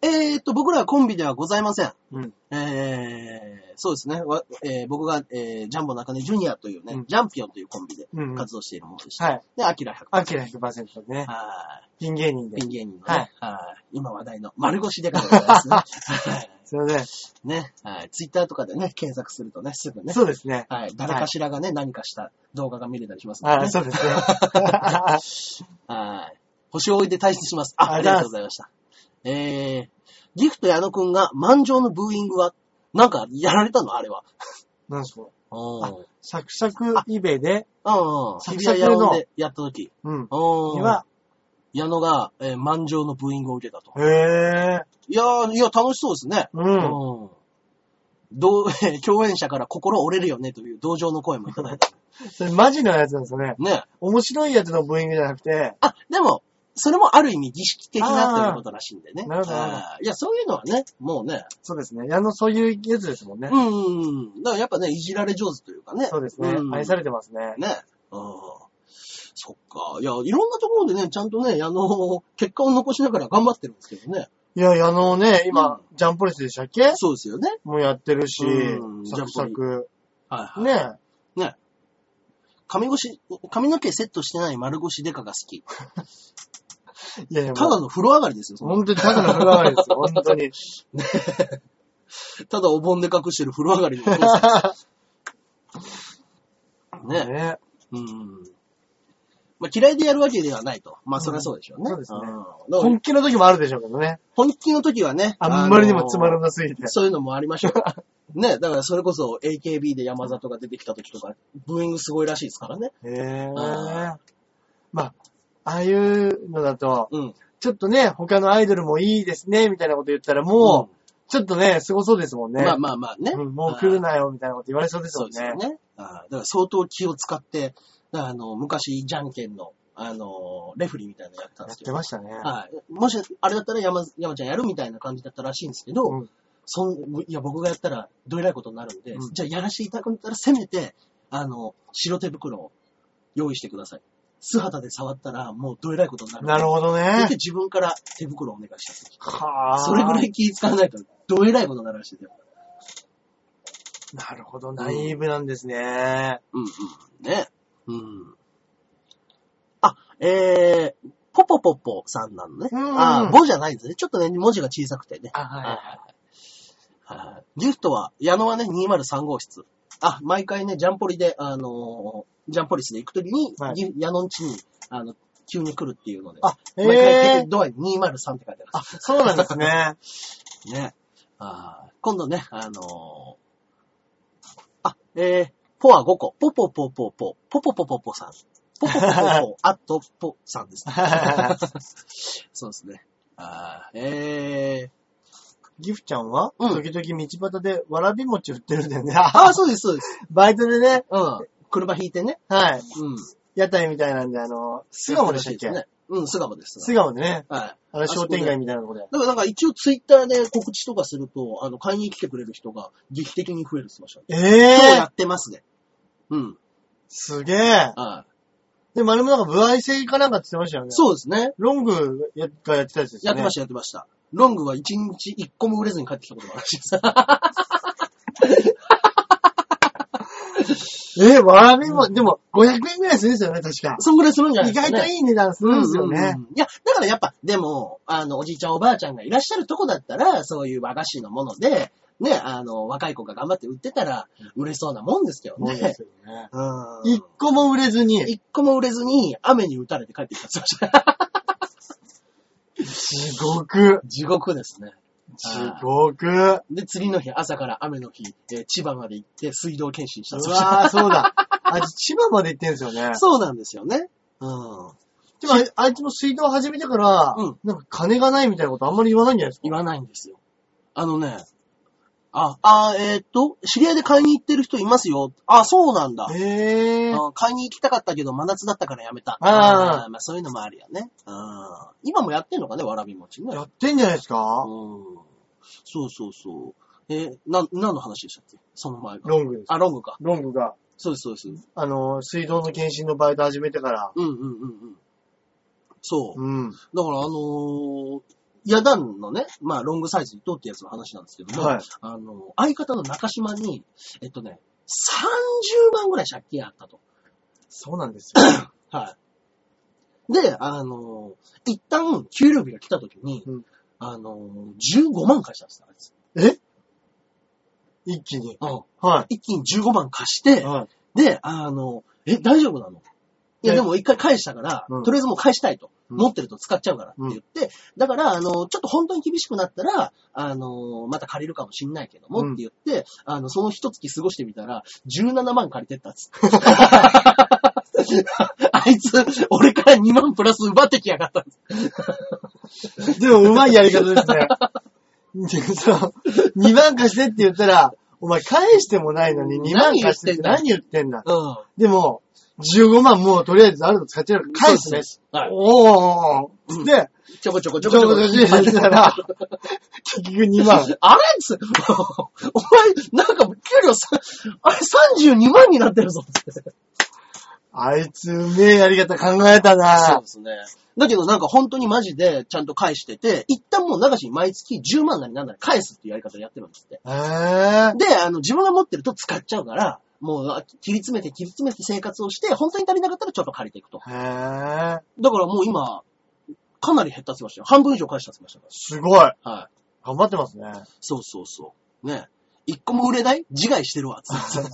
[SPEAKER 2] えー、っと、僕らはコンビではございません。
[SPEAKER 1] うん。
[SPEAKER 2] えー、そうですね。わえー僕が、えージャンボ中根ジュニアというね、
[SPEAKER 1] うん
[SPEAKER 2] ジャンピオンというコンビで
[SPEAKER 1] うんうん
[SPEAKER 2] 活動しているものでした。
[SPEAKER 1] はい。
[SPEAKER 2] で、アキラ100。
[SPEAKER 1] アキラ100%ね。
[SPEAKER 2] は
[SPEAKER 1] ピン芸人
[SPEAKER 2] い。
[SPEAKER 1] で
[SPEAKER 2] ピン。芸人のね、
[SPEAKER 1] は
[SPEAKER 2] はいい。今話題の丸腰でかでございますね。はい
[SPEAKER 1] すいません。
[SPEAKER 2] ね、はい。ツイッターとかでね、検索するとね、すぐね。
[SPEAKER 1] そうですね。
[SPEAKER 2] はい。誰かしらがね、何かした動画が見れたりしますの
[SPEAKER 1] あ
[SPEAKER 2] で、
[SPEAKER 1] あ、
[SPEAKER 2] ね。
[SPEAKER 1] そ うですね。
[SPEAKER 2] はい。星を置いて退出します。あ、
[SPEAKER 1] あ
[SPEAKER 2] あ
[SPEAKER 1] り
[SPEAKER 2] り
[SPEAKER 1] が
[SPEAKER 2] が
[SPEAKER 1] と
[SPEAKER 2] と
[SPEAKER 1] う
[SPEAKER 2] うござい
[SPEAKER 1] ご
[SPEAKER 2] ました。えー、ギフト矢野くんが満場のブーイングは、なんかやられたのあれは。
[SPEAKER 1] なんすか
[SPEAKER 2] うん。うん。
[SPEAKER 1] サクサクイベで、
[SPEAKER 2] 日
[SPEAKER 1] 作
[SPEAKER 2] 比
[SPEAKER 1] 者
[SPEAKER 2] 谷
[SPEAKER 1] 来る
[SPEAKER 2] 野
[SPEAKER 1] の
[SPEAKER 2] 音でやった時。
[SPEAKER 1] うん。
[SPEAKER 2] うん。
[SPEAKER 1] には、
[SPEAKER 2] 矢野が、えー満場のブーイングを受けたと。
[SPEAKER 1] へえ、
[SPEAKER 2] いやー、いや、楽しそうですね。
[SPEAKER 1] う。
[SPEAKER 2] うんん。どう、共演者から心折れるよねという同情の声もいただいた。
[SPEAKER 1] それマジのやつなんですよね。
[SPEAKER 2] ね。
[SPEAKER 1] 面白いやつのブーイングじゃなくて、
[SPEAKER 2] あ、でも、それもある意味儀式的なということらしいんでね。
[SPEAKER 1] あーなるほどなるほど
[SPEAKER 2] はいいや、そういうのはね、もうね、
[SPEAKER 1] そうですね。矢野そういうやつですもんね。
[SPEAKER 2] うんうんうん。だからやっぱね、いじられ上手というかね。
[SPEAKER 1] そうですね。愛され
[SPEAKER 2] て
[SPEAKER 1] てますね。
[SPEAKER 2] ね。うん。そっか。いや、いろんなところでね、ちゃんとね、あの、結果を残しながら頑張ってるんですけどね。
[SPEAKER 1] いや、矢野ね、今、
[SPEAKER 2] う
[SPEAKER 1] ジャンポリスでしたっけ
[SPEAKER 2] そうですよね。
[SPEAKER 1] もうやってるし、
[SPEAKER 2] うん
[SPEAKER 1] サクサク。
[SPEAKER 2] はいはい。
[SPEAKER 1] ね
[SPEAKER 2] 髪越し、髪の毛セットしてない丸腰デカが好 き。
[SPEAKER 1] いやいや、
[SPEAKER 2] た
[SPEAKER 1] もう
[SPEAKER 2] だの風呂上がりですよ、その
[SPEAKER 1] 本当にただの風呂上がりですよ、本当に。
[SPEAKER 2] ただお盆で隠してる風呂上がりのお父さ ん ね。
[SPEAKER 1] ね。
[SPEAKER 2] うん。まあ、嫌いでやるわけではないと。まあ、そりゃそうでしょうね。
[SPEAKER 1] うんそうですね
[SPEAKER 2] んだから
[SPEAKER 1] 本気の時もあるでしょうけどね。
[SPEAKER 2] 本気の時はね。
[SPEAKER 1] あんまりにもつま
[SPEAKER 2] ない
[SPEAKER 1] らなすぎて。
[SPEAKER 2] そういうのもありましょう。 ね、だからそれこそ AKB で山里が出てきた時とか、ブーイングすごいらしいですからね。
[SPEAKER 1] へえ
[SPEAKER 2] あ。
[SPEAKER 1] まあ、ああいうのだと、
[SPEAKER 2] うん。
[SPEAKER 1] ちょっとね、他のアイドルもいいですね、みたいなこと言ったらもう、ちょっとね、凄そうですもん
[SPEAKER 2] う
[SPEAKER 1] ね。
[SPEAKER 2] んまあまあまあね。
[SPEAKER 1] うんもう来るなよ、みたいなこと言われそうです
[SPEAKER 2] そ
[SPEAKER 1] も
[SPEAKER 2] うんですよ
[SPEAKER 1] ね。
[SPEAKER 2] ね。あーだから相当気を使って、だからあの、昔、じゃんけんの、あの、レフェリーみたいなのやってたん
[SPEAKER 1] や
[SPEAKER 2] で
[SPEAKER 1] っ
[SPEAKER 2] すけ
[SPEAKER 1] て
[SPEAKER 2] ど。
[SPEAKER 1] ましたね。
[SPEAKER 2] はい。もし、あれだったら山、山ちゃんやるみたいな感じだったらしいんですけど、
[SPEAKER 1] うん
[SPEAKER 2] そん、いや、僕がやったら、どえらいことになるんで、
[SPEAKER 1] うん
[SPEAKER 2] じゃあ、やらせていただくんだったら、せめて、あの、白手袋を用意してください。素肌で触ったら、もうどえらいことになるんで。
[SPEAKER 1] なるほどね
[SPEAKER 2] で。自分から手袋をお願いしたと。
[SPEAKER 1] はあ。
[SPEAKER 2] それぐらい気使わないと、どえらいことになるらしいですよ。
[SPEAKER 1] なるほど、ナイーブなんですね。
[SPEAKER 2] うんうん。ね。うん。あ、えー、ポポポポさんなのね。
[SPEAKER 1] うんうん
[SPEAKER 2] あー、ボじゃないんですね。ちょっとね、文字が小さくてね。
[SPEAKER 1] あ、は
[SPEAKER 2] はいはいはいはい。ギフトは、矢野はね、203号室。あ、毎回ね、ジャンポリで、あのージャンポリスで行くときに、
[SPEAKER 1] はい
[SPEAKER 2] ギ矢野ん家に、あの、急に来るっていうので。
[SPEAKER 1] あ、え
[SPEAKER 2] 毎回出て
[SPEAKER 1] え
[SPEAKER 2] ドアに203って書いてある。
[SPEAKER 1] あ、そうなんです ね。
[SPEAKER 2] ね。あー今度ね、あのーあ、えー、ポア5個、ポポポポポ、ポポポポポさん。ポポポポポ、あとポさんですね。そうですね。あーえー、
[SPEAKER 1] ギフちゃんは、
[SPEAKER 2] うん
[SPEAKER 1] 時々道端でわらび餅売ってるんだよね。
[SPEAKER 2] ああ、そうです、そうです。
[SPEAKER 1] バイトでね、
[SPEAKER 2] うん。車引いてね。
[SPEAKER 1] は
[SPEAKER 2] う
[SPEAKER 1] い。
[SPEAKER 2] ん。
[SPEAKER 1] 屋台みたいなんで、あの、巣鴨でしたっけ
[SPEAKER 2] やってるらしいですねうん、巣鴨です。
[SPEAKER 1] 巣鴨でね、
[SPEAKER 2] はい。
[SPEAKER 1] あの商店街みたいなとこで。
[SPEAKER 2] だからなんか一応ツイッターで告知とかすると、あの、買いに来てくれる人が劇的に増えるって言ってましたね。
[SPEAKER 1] え
[SPEAKER 2] 今日や
[SPEAKER 1] え
[SPEAKER 2] ってますね。うん。
[SPEAKER 1] すげえ。
[SPEAKER 2] は
[SPEAKER 1] で、丸もなんか、部合制かなんかって言ってましたよ
[SPEAKER 2] い。
[SPEAKER 1] ね。う。
[SPEAKER 2] そうですね。
[SPEAKER 1] ロングやがやってたやつです
[SPEAKER 2] や
[SPEAKER 1] よ
[SPEAKER 2] っ
[SPEAKER 1] ね。
[SPEAKER 2] てました、やってました。ロングは1日1個も売れずに帰ってきたことがあるらしいです。
[SPEAKER 1] えー、わらび餅、でも、500円くらいするんですよね、確か。
[SPEAKER 2] そんぐらいするんじゃない
[SPEAKER 1] 意
[SPEAKER 2] ですか、ね。
[SPEAKER 1] 外といい値段するんですよね
[SPEAKER 2] うん。うんうんいや、だからやっぱ、でも、あの、おじいちゃんおばあちゃんがいらっしゃるとこだったら、そういう和菓子のもので、ね、あの、若い子が頑張って売ってたら、売れそうなもんですけど
[SPEAKER 1] そうで
[SPEAKER 2] ね
[SPEAKER 1] す。よね。
[SPEAKER 2] うん。
[SPEAKER 1] 一個も売れずに、
[SPEAKER 2] 一個も売れずに、雨に打たれて帰ってきたって言ってました。
[SPEAKER 1] 地獄。
[SPEAKER 2] 地獄ですね。
[SPEAKER 1] 地獄。う
[SPEAKER 2] で、次の日、朝から雨の日、えー千葉まで行って水道検診したって言ってま
[SPEAKER 1] わぁ、そうだ。あいつ、千葉まで行ってんですよね
[SPEAKER 2] した。。そうなんですよね。うん。
[SPEAKER 1] でもあい、あいつも水道始めてから、
[SPEAKER 2] うん
[SPEAKER 1] なんか金がないみたいなことあんまり言わないんじゃないですか。
[SPEAKER 2] 言わないんですよ。あのね、あ、あ、えーっと、知り合いで買いに行ってる人いますよ。あ、そうなんだ。
[SPEAKER 1] えぇー。
[SPEAKER 2] うん買いに行きたかったけど、真夏だったからやめた。
[SPEAKER 1] あー
[SPEAKER 2] ーまあそういうのもあるよね。うん今もやってんのかね、わらび餅ね。
[SPEAKER 1] やってんじゃないですか
[SPEAKER 2] うんそうそうそう。えーな、何の話でしたっけその前が。
[SPEAKER 1] ロングです。
[SPEAKER 2] あ、ロングか。
[SPEAKER 1] ロングが、
[SPEAKER 2] そうです、そうです。
[SPEAKER 1] あの、水道の検診のバイト始めてから、
[SPEAKER 2] うんうんうんうん。そう。
[SPEAKER 1] うん。
[SPEAKER 2] だからあのー、ヤダンのね、まあロングサイズに通ってやつの話なんですけども、
[SPEAKER 1] はい
[SPEAKER 2] あの、相方の中島に、えっとね、30万ぐらい借金あったと。
[SPEAKER 1] そうなんですよ。
[SPEAKER 2] はい。で、あの、一旦、給料日が来た時に、
[SPEAKER 1] うん
[SPEAKER 2] あの、15万貸したんですよ、あいつ。
[SPEAKER 1] え一気に。
[SPEAKER 2] うん。
[SPEAKER 1] は
[SPEAKER 2] 一気に15万貸して
[SPEAKER 1] い。、はい。
[SPEAKER 2] で、あの、え、大丈夫なのいや、
[SPEAKER 1] え
[SPEAKER 2] でも一回返したから、
[SPEAKER 1] うん
[SPEAKER 2] とりあえずもう返したいと。
[SPEAKER 1] うん
[SPEAKER 2] 持ってると使っちゃうからって言って、だから、あの、ちょっと本当に厳しくなったら、あの、また借りるかもしんないけども、
[SPEAKER 1] うん
[SPEAKER 2] って言って、あの、その一月過ごしてみたら、17万借りてったっつ って。あいつ、俺から2万プラス奪ってきやがったんです。
[SPEAKER 1] でも、うまいやり方 ですね。そう。2万貸してって言ったら、お前返してもないのに2万貸してって何
[SPEAKER 2] 何
[SPEAKER 1] 言ってんだ。
[SPEAKER 2] うん。
[SPEAKER 1] でも、15万もうとりあえずあるの使っちゃうから返すね。
[SPEAKER 2] はい。
[SPEAKER 1] おーおーおー。で、
[SPEAKER 2] ちょこちょこち
[SPEAKER 1] ちょ
[SPEAKER 2] ょ
[SPEAKER 1] こ
[SPEAKER 2] こ
[SPEAKER 1] ち
[SPEAKER 2] ち
[SPEAKER 1] ょ
[SPEAKER 2] ょ
[SPEAKER 1] こ
[SPEAKER 2] こ。
[SPEAKER 1] してたら、結局2万。
[SPEAKER 2] あれっつって、 お前、なんか、給料さ、あれ32万になってるぞっつって。
[SPEAKER 1] あいつ、うめえやり方考えた
[SPEAKER 2] そう
[SPEAKER 1] な
[SPEAKER 2] ですね。だけどなんか本当にマジでちゃんと返してて、一旦もう流しに毎月10万なりなんなり返すっていうやり方をやってるんですって。
[SPEAKER 1] へえ
[SPEAKER 2] で、あの、自分が持ってると使っちゃうから、もうあ切り詰めて切り詰めて生活をして、本当に足りなかったらちょっと借りていくと。
[SPEAKER 1] へえ
[SPEAKER 2] だからもう今、かなり減ったって言ってましたよ。半分以上返したって言ってまし
[SPEAKER 1] すご
[SPEAKER 2] た
[SPEAKER 1] い。
[SPEAKER 2] から。はい。
[SPEAKER 1] 頑張ってますね。
[SPEAKER 2] そうそうそう。ね。一個も売れない自害してるわ。つ って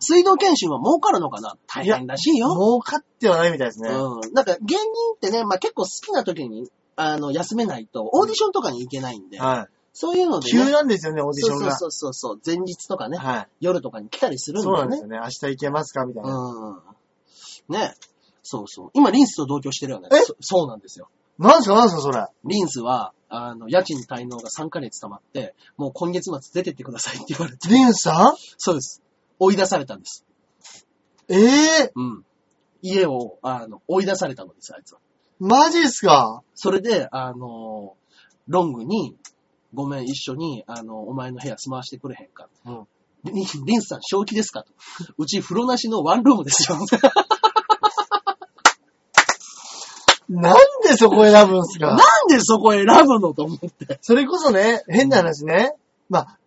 [SPEAKER 2] 水道検診は儲かるのかな大変らしいよ。
[SPEAKER 1] 儲かってはないみたいですね。
[SPEAKER 2] うん。なんか芸人ってね、まあ、結構好きな時に、あの、休めないと、オーディションとかに行けないんで、
[SPEAKER 1] は
[SPEAKER 2] そういうの
[SPEAKER 1] い。
[SPEAKER 2] で、
[SPEAKER 1] 急
[SPEAKER 2] ね、
[SPEAKER 1] なんですよね、オーディシ
[SPEAKER 2] そ
[SPEAKER 1] ョン
[SPEAKER 2] う
[SPEAKER 1] が。
[SPEAKER 2] そうそうそう、前日とかね、
[SPEAKER 1] はい。
[SPEAKER 2] 夜とかに来たりするん
[SPEAKER 1] そう
[SPEAKER 2] だよ
[SPEAKER 1] なんです
[SPEAKER 2] ね
[SPEAKER 1] よ。ね。明日行けますかみたいな。
[SPEAKER 2] うん。ね。そうそう。今、リンスと同居してるよね。
[SPEAKER 1] え
[SPEAKER 2] そそうなんですよ。
[SPEAKER 1] なんすかなんすかそれ。
[SPEAKER 2] リンスは、あの、家賃滞納が3ヶ月溜まって、もう今月末出てってくださいって言われて、
[SPEAKER 1] リンさん
[SPEAKER 2] そうです。追い出されたんです。
[SPEAKER 1] ええ
[SPEAKER 2] うん。家を、あの、追い出されたのです、あいつは。
[SPEAKER 1] マジっすか
[SPEAKER 2] それで、あの、ロングに、ごめん、一緒に、あの、お前の部屋住まわしてくれへんか。
[SPEAKER 1] うん
[SPEAKER 2] リンリンスさん、正気ですかと。うち、風呂なしのワンルーム ですよ。
[SPEAKER 1] なんでそこ選ぶんす
[SPEAKER 2] なん
[SPEAKER 1] か
[SPEAKER 2] でそこ選ぶのと思って。
[SPEAKER 1] それこそね、変な話ね。まあ、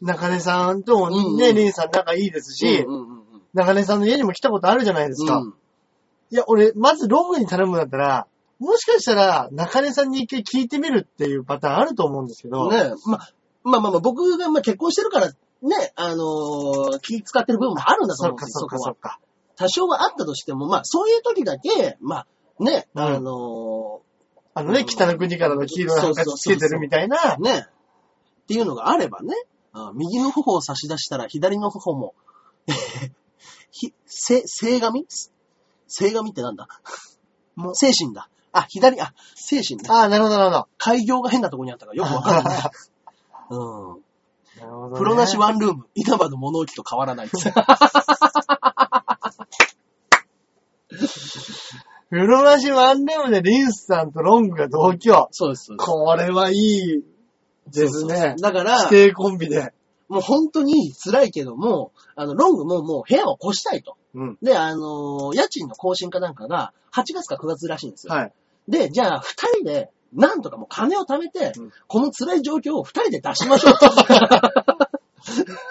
[SPEAKER 1] 中根さんともね、
[SPEAKER 2] うんうん
[SPEAKER 1] リンさん仲いいですし、
[SPEAKER 2] うんうんうんうん
[SPEAKER 1] 中根さんの家にも来たことあるじゃないですか。
[SPEAKER 2] うん
[SPEAKER 1] いや、俺、まずロングに頼むんだったら、もしかしたら、中根さんに一回聞いてみるっていうパターンあると思うんですけど、
[SPEAKER 2] ねえ、ま、まあまあまあ、僕がまあ結婚してるから、ね、あのー気使ってる部分もあるんだと
[SPEAKER 1] そ
[SPEAKER 2] 思
[SPEAKER 1] っ
[SPEAKER 2] うん
[SPEAKER 1] か
[SPEAKER 2] です
[SPEAKER 1] そ
[SPEAKER 2] よ、そ
[SPEAKER 1] っか
[SPEAKER 2] こ
[SPEAKER 1] そ
[SPEAKER 2] は
[SPEAKER 1] っ。か。
[SPEAKER 2] 多少はあったとしても、まあ、そういう時だけ、まあ、ね、
[SPEAKER 1] うん
[SPEAKER 2] あの
[SPEAKER 1] あのね、北の国からの黄色いハンカチつけてるみたいな、
[SPEAKER 2] ーね、っていうのがあればね、あ右の頬を差し出したら左の頬も、 ひ、せ、性神性神ってなんだ
[SPEAKER 1] もう
[SPEAKER 2] 精神だ。あ、左、あ、精神だ。
[SPEAKER 1] ああ、なるほどなるほど。
[SPEAKER 2] 開業が変なとこにあったからよくわからない。うん。
[SPEAKER 1] なるほど、ね。
[SPEAKER 2] 風呂なしワンルーム、稲葉の物置と変わら ないです。
[SPEAKER 1] 風呂なしワンルームでリンスさんとロングが同居。
[SPEAKER 2] そうです。そうです
[SPEAKER 1] これはいいですね。
[SPEAKER 2] だから、
[SPEAKER 1] 指定コンビで。
[SPEAKER 2] もう本当に辛いけども、あの、ロングももう部屋を越したいと。
[SPEAKER 1] うん。
[SPEAKER 2] で、あのー家賃の更新かなんかが、8月か9月らしいんですよ。
[SPEAKER 1] はい。
[SPEAKER 2] で、じゃあ、二人で、なんとかもう金を貯めて、
[SPEAKER 1] うん
[SPEAKER 2] この辛い状況を二人で出しましょう。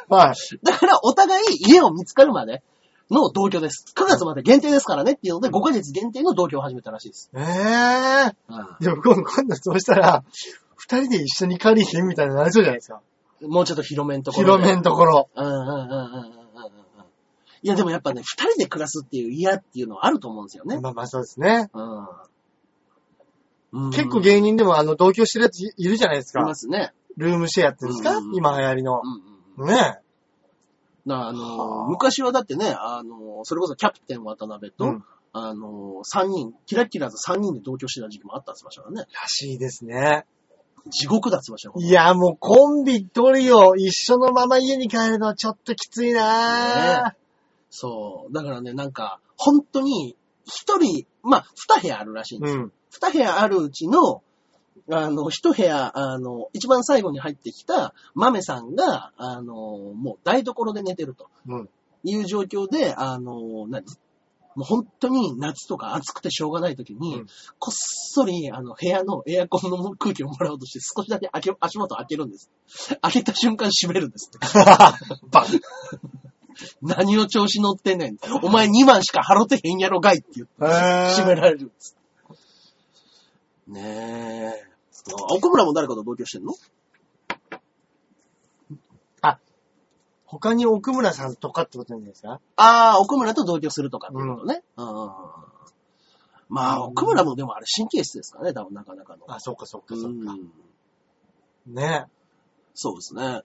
[SPEAKER 1] はい。
[SPEAKER 2] だから、お互い家を見つかるまでの同居です。9月まで限定ですからねっていうので、5ヶ月限定の同居を始めたらしいです。
[SPEAKER 1] ええー。でも今度、今度そうしたら、二人で一緒に借りひんみたいになりそうじゃないですか。
[SPEAKER 2] もうちょっと広めんところ
[SPEAKER 1] 広
[SPEAKER 2] で。
[SPEAKER 1] めんところ。
[SPEAKER 2] うんうんうんうんうんうんうん。いや、でもやっぱね、二人で暮らすっていう嫌っていうのはあると思うんですよね。
[SPEAKER 1] まあまあそうですね。
[SPEAKER 2] うん。
[SPEAKER 1] 結構
[SPEAKER 2] ゲ
[SPEAKER 1] 芸人でもあの同居してるやついいるじゃないです
[SPEAKER 2] いま
[SPEAKER 1] か。
[SPEAKER 2] すね。
[SPEAKER 1] ルームシェアっていうんですか、
[SPEAKER 2] うん
[SPEAKER 1] 今流行りの
[SPEAKER 2] う。んうんうん。
[SPEAKER 1] ね
[SPEAKER 2] なあの
[SPEAKER 1] はあ
[SPEAKER 2] 昔はだってね、あのそれこそキャプテン渡辺
[SPEAKER 1] え。
[SPEAKER 2] と、
[SPEAKER 1] うん。
[SPEAKER 2] あの三人、キラキラズ3人で同居してた時期もあったっつってましたからね。
[SPEAKER 1] らしいですね。
[SPEAKER 2] 地獄だっつってましたよ。
[SPEAKER 1] いや、もうコンビ、トリオ、一緒のまま家に帰るのはちょっときついなぁ。
[SPEAKER 2] そう。だからね、なんか、本当に、一人、まあ、二部屋あるらしいんです
[SPEAKER 1] う
[SPEAKER 2] よ。
[SPEAKER 1] ん。
[SPEAKER 2] 二、部屋あるうちの、あの、一部屋、あの、一番最後に入ってきた、豆さんが、あの、もう台所で寝てると
[SPEAKER 1] うん。
[SPEAKER 2] いう状況で、あの、何もう本当に夏とか暑くてしょうがない時に、
[SPEAKER 1] うん
[SPEAKER 2] こっそり、あの、部屋のエアコンの空気をもらおうとして、少しだけ開け足元開けるんです。開けた瞬間閉めるんです。
[SPEAKER 1] バン。
[SPEAKER 2] 何を調子乗ってんねん。お前2万しか払ってへんやろがいって言って、
[SPEAKER 1] へー
[SPEAKER 2] 締められるんです。ねえ。あ奥村も誰かと同居してんの
[SPEAKER 1] 他に奥村さんとかってことなんじゃないですか
[SPEAKER 2] ああ、奥村と同居するとかっていうことね。うん。まあ、
[SPEAKER 1] うん
[SPEAKER 2] 奥村もでもあれ神経質ですからね、多分なかなかの。
[SPEAKER 1] あ、そうかそうか
[SPEAKER 2] う
[SPEAKER 1] そうか。
[SPEAKER 2] ん。
[SPEAKER 1] ね
[SPEAKER 2] そうですね。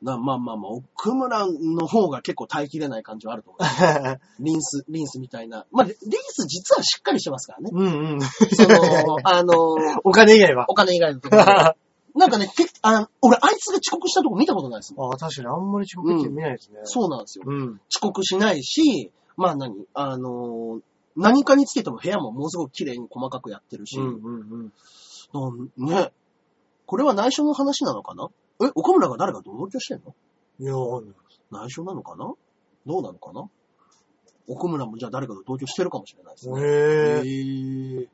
[SPEAKER 2] なまあまあまあ、奥村の方が結構耐えきれない感じはあると 思う。
[SPEAKER 1] え。
[SPEAKER 2] リンス、リンスみたいな。まあ、リンス実はしっかりしてますからね。
[SPEAKER 1] うんうん。
[SPEAKER 2] その、あの、
[SPEAKER 1] お金以外は。
[SPEAKER 2] お金以外のとこ ろで。なんかね、けあ俺、あいつが遅刻したとこ見たことないですもん。
[SPEAKER 1] あ確かにあんまり遅刻って見ないですね。
[SPEAKER 2] そうなんですよ。
[SPEAKER 1] うん。
[SPEAKER 2] 遅刻しないし、まあ何、あのー何かにつけても部屋もものすごく綺麗に細かくやってるし、
[SPEAKER 1] うんうんうん。
[SPEAKER 2] うんね。これは内緒の話なのかなえ、岡村が誰かと同居してんの
[SPEAKER 1] いや、わかんない
[SPEAKER 2] 内緒なのかなどうなのかな奥村もじゃあ誰かと同居してるかもしれないですね。
[SPEAKER 1] へえ。
[SPEAKER 2] へえ。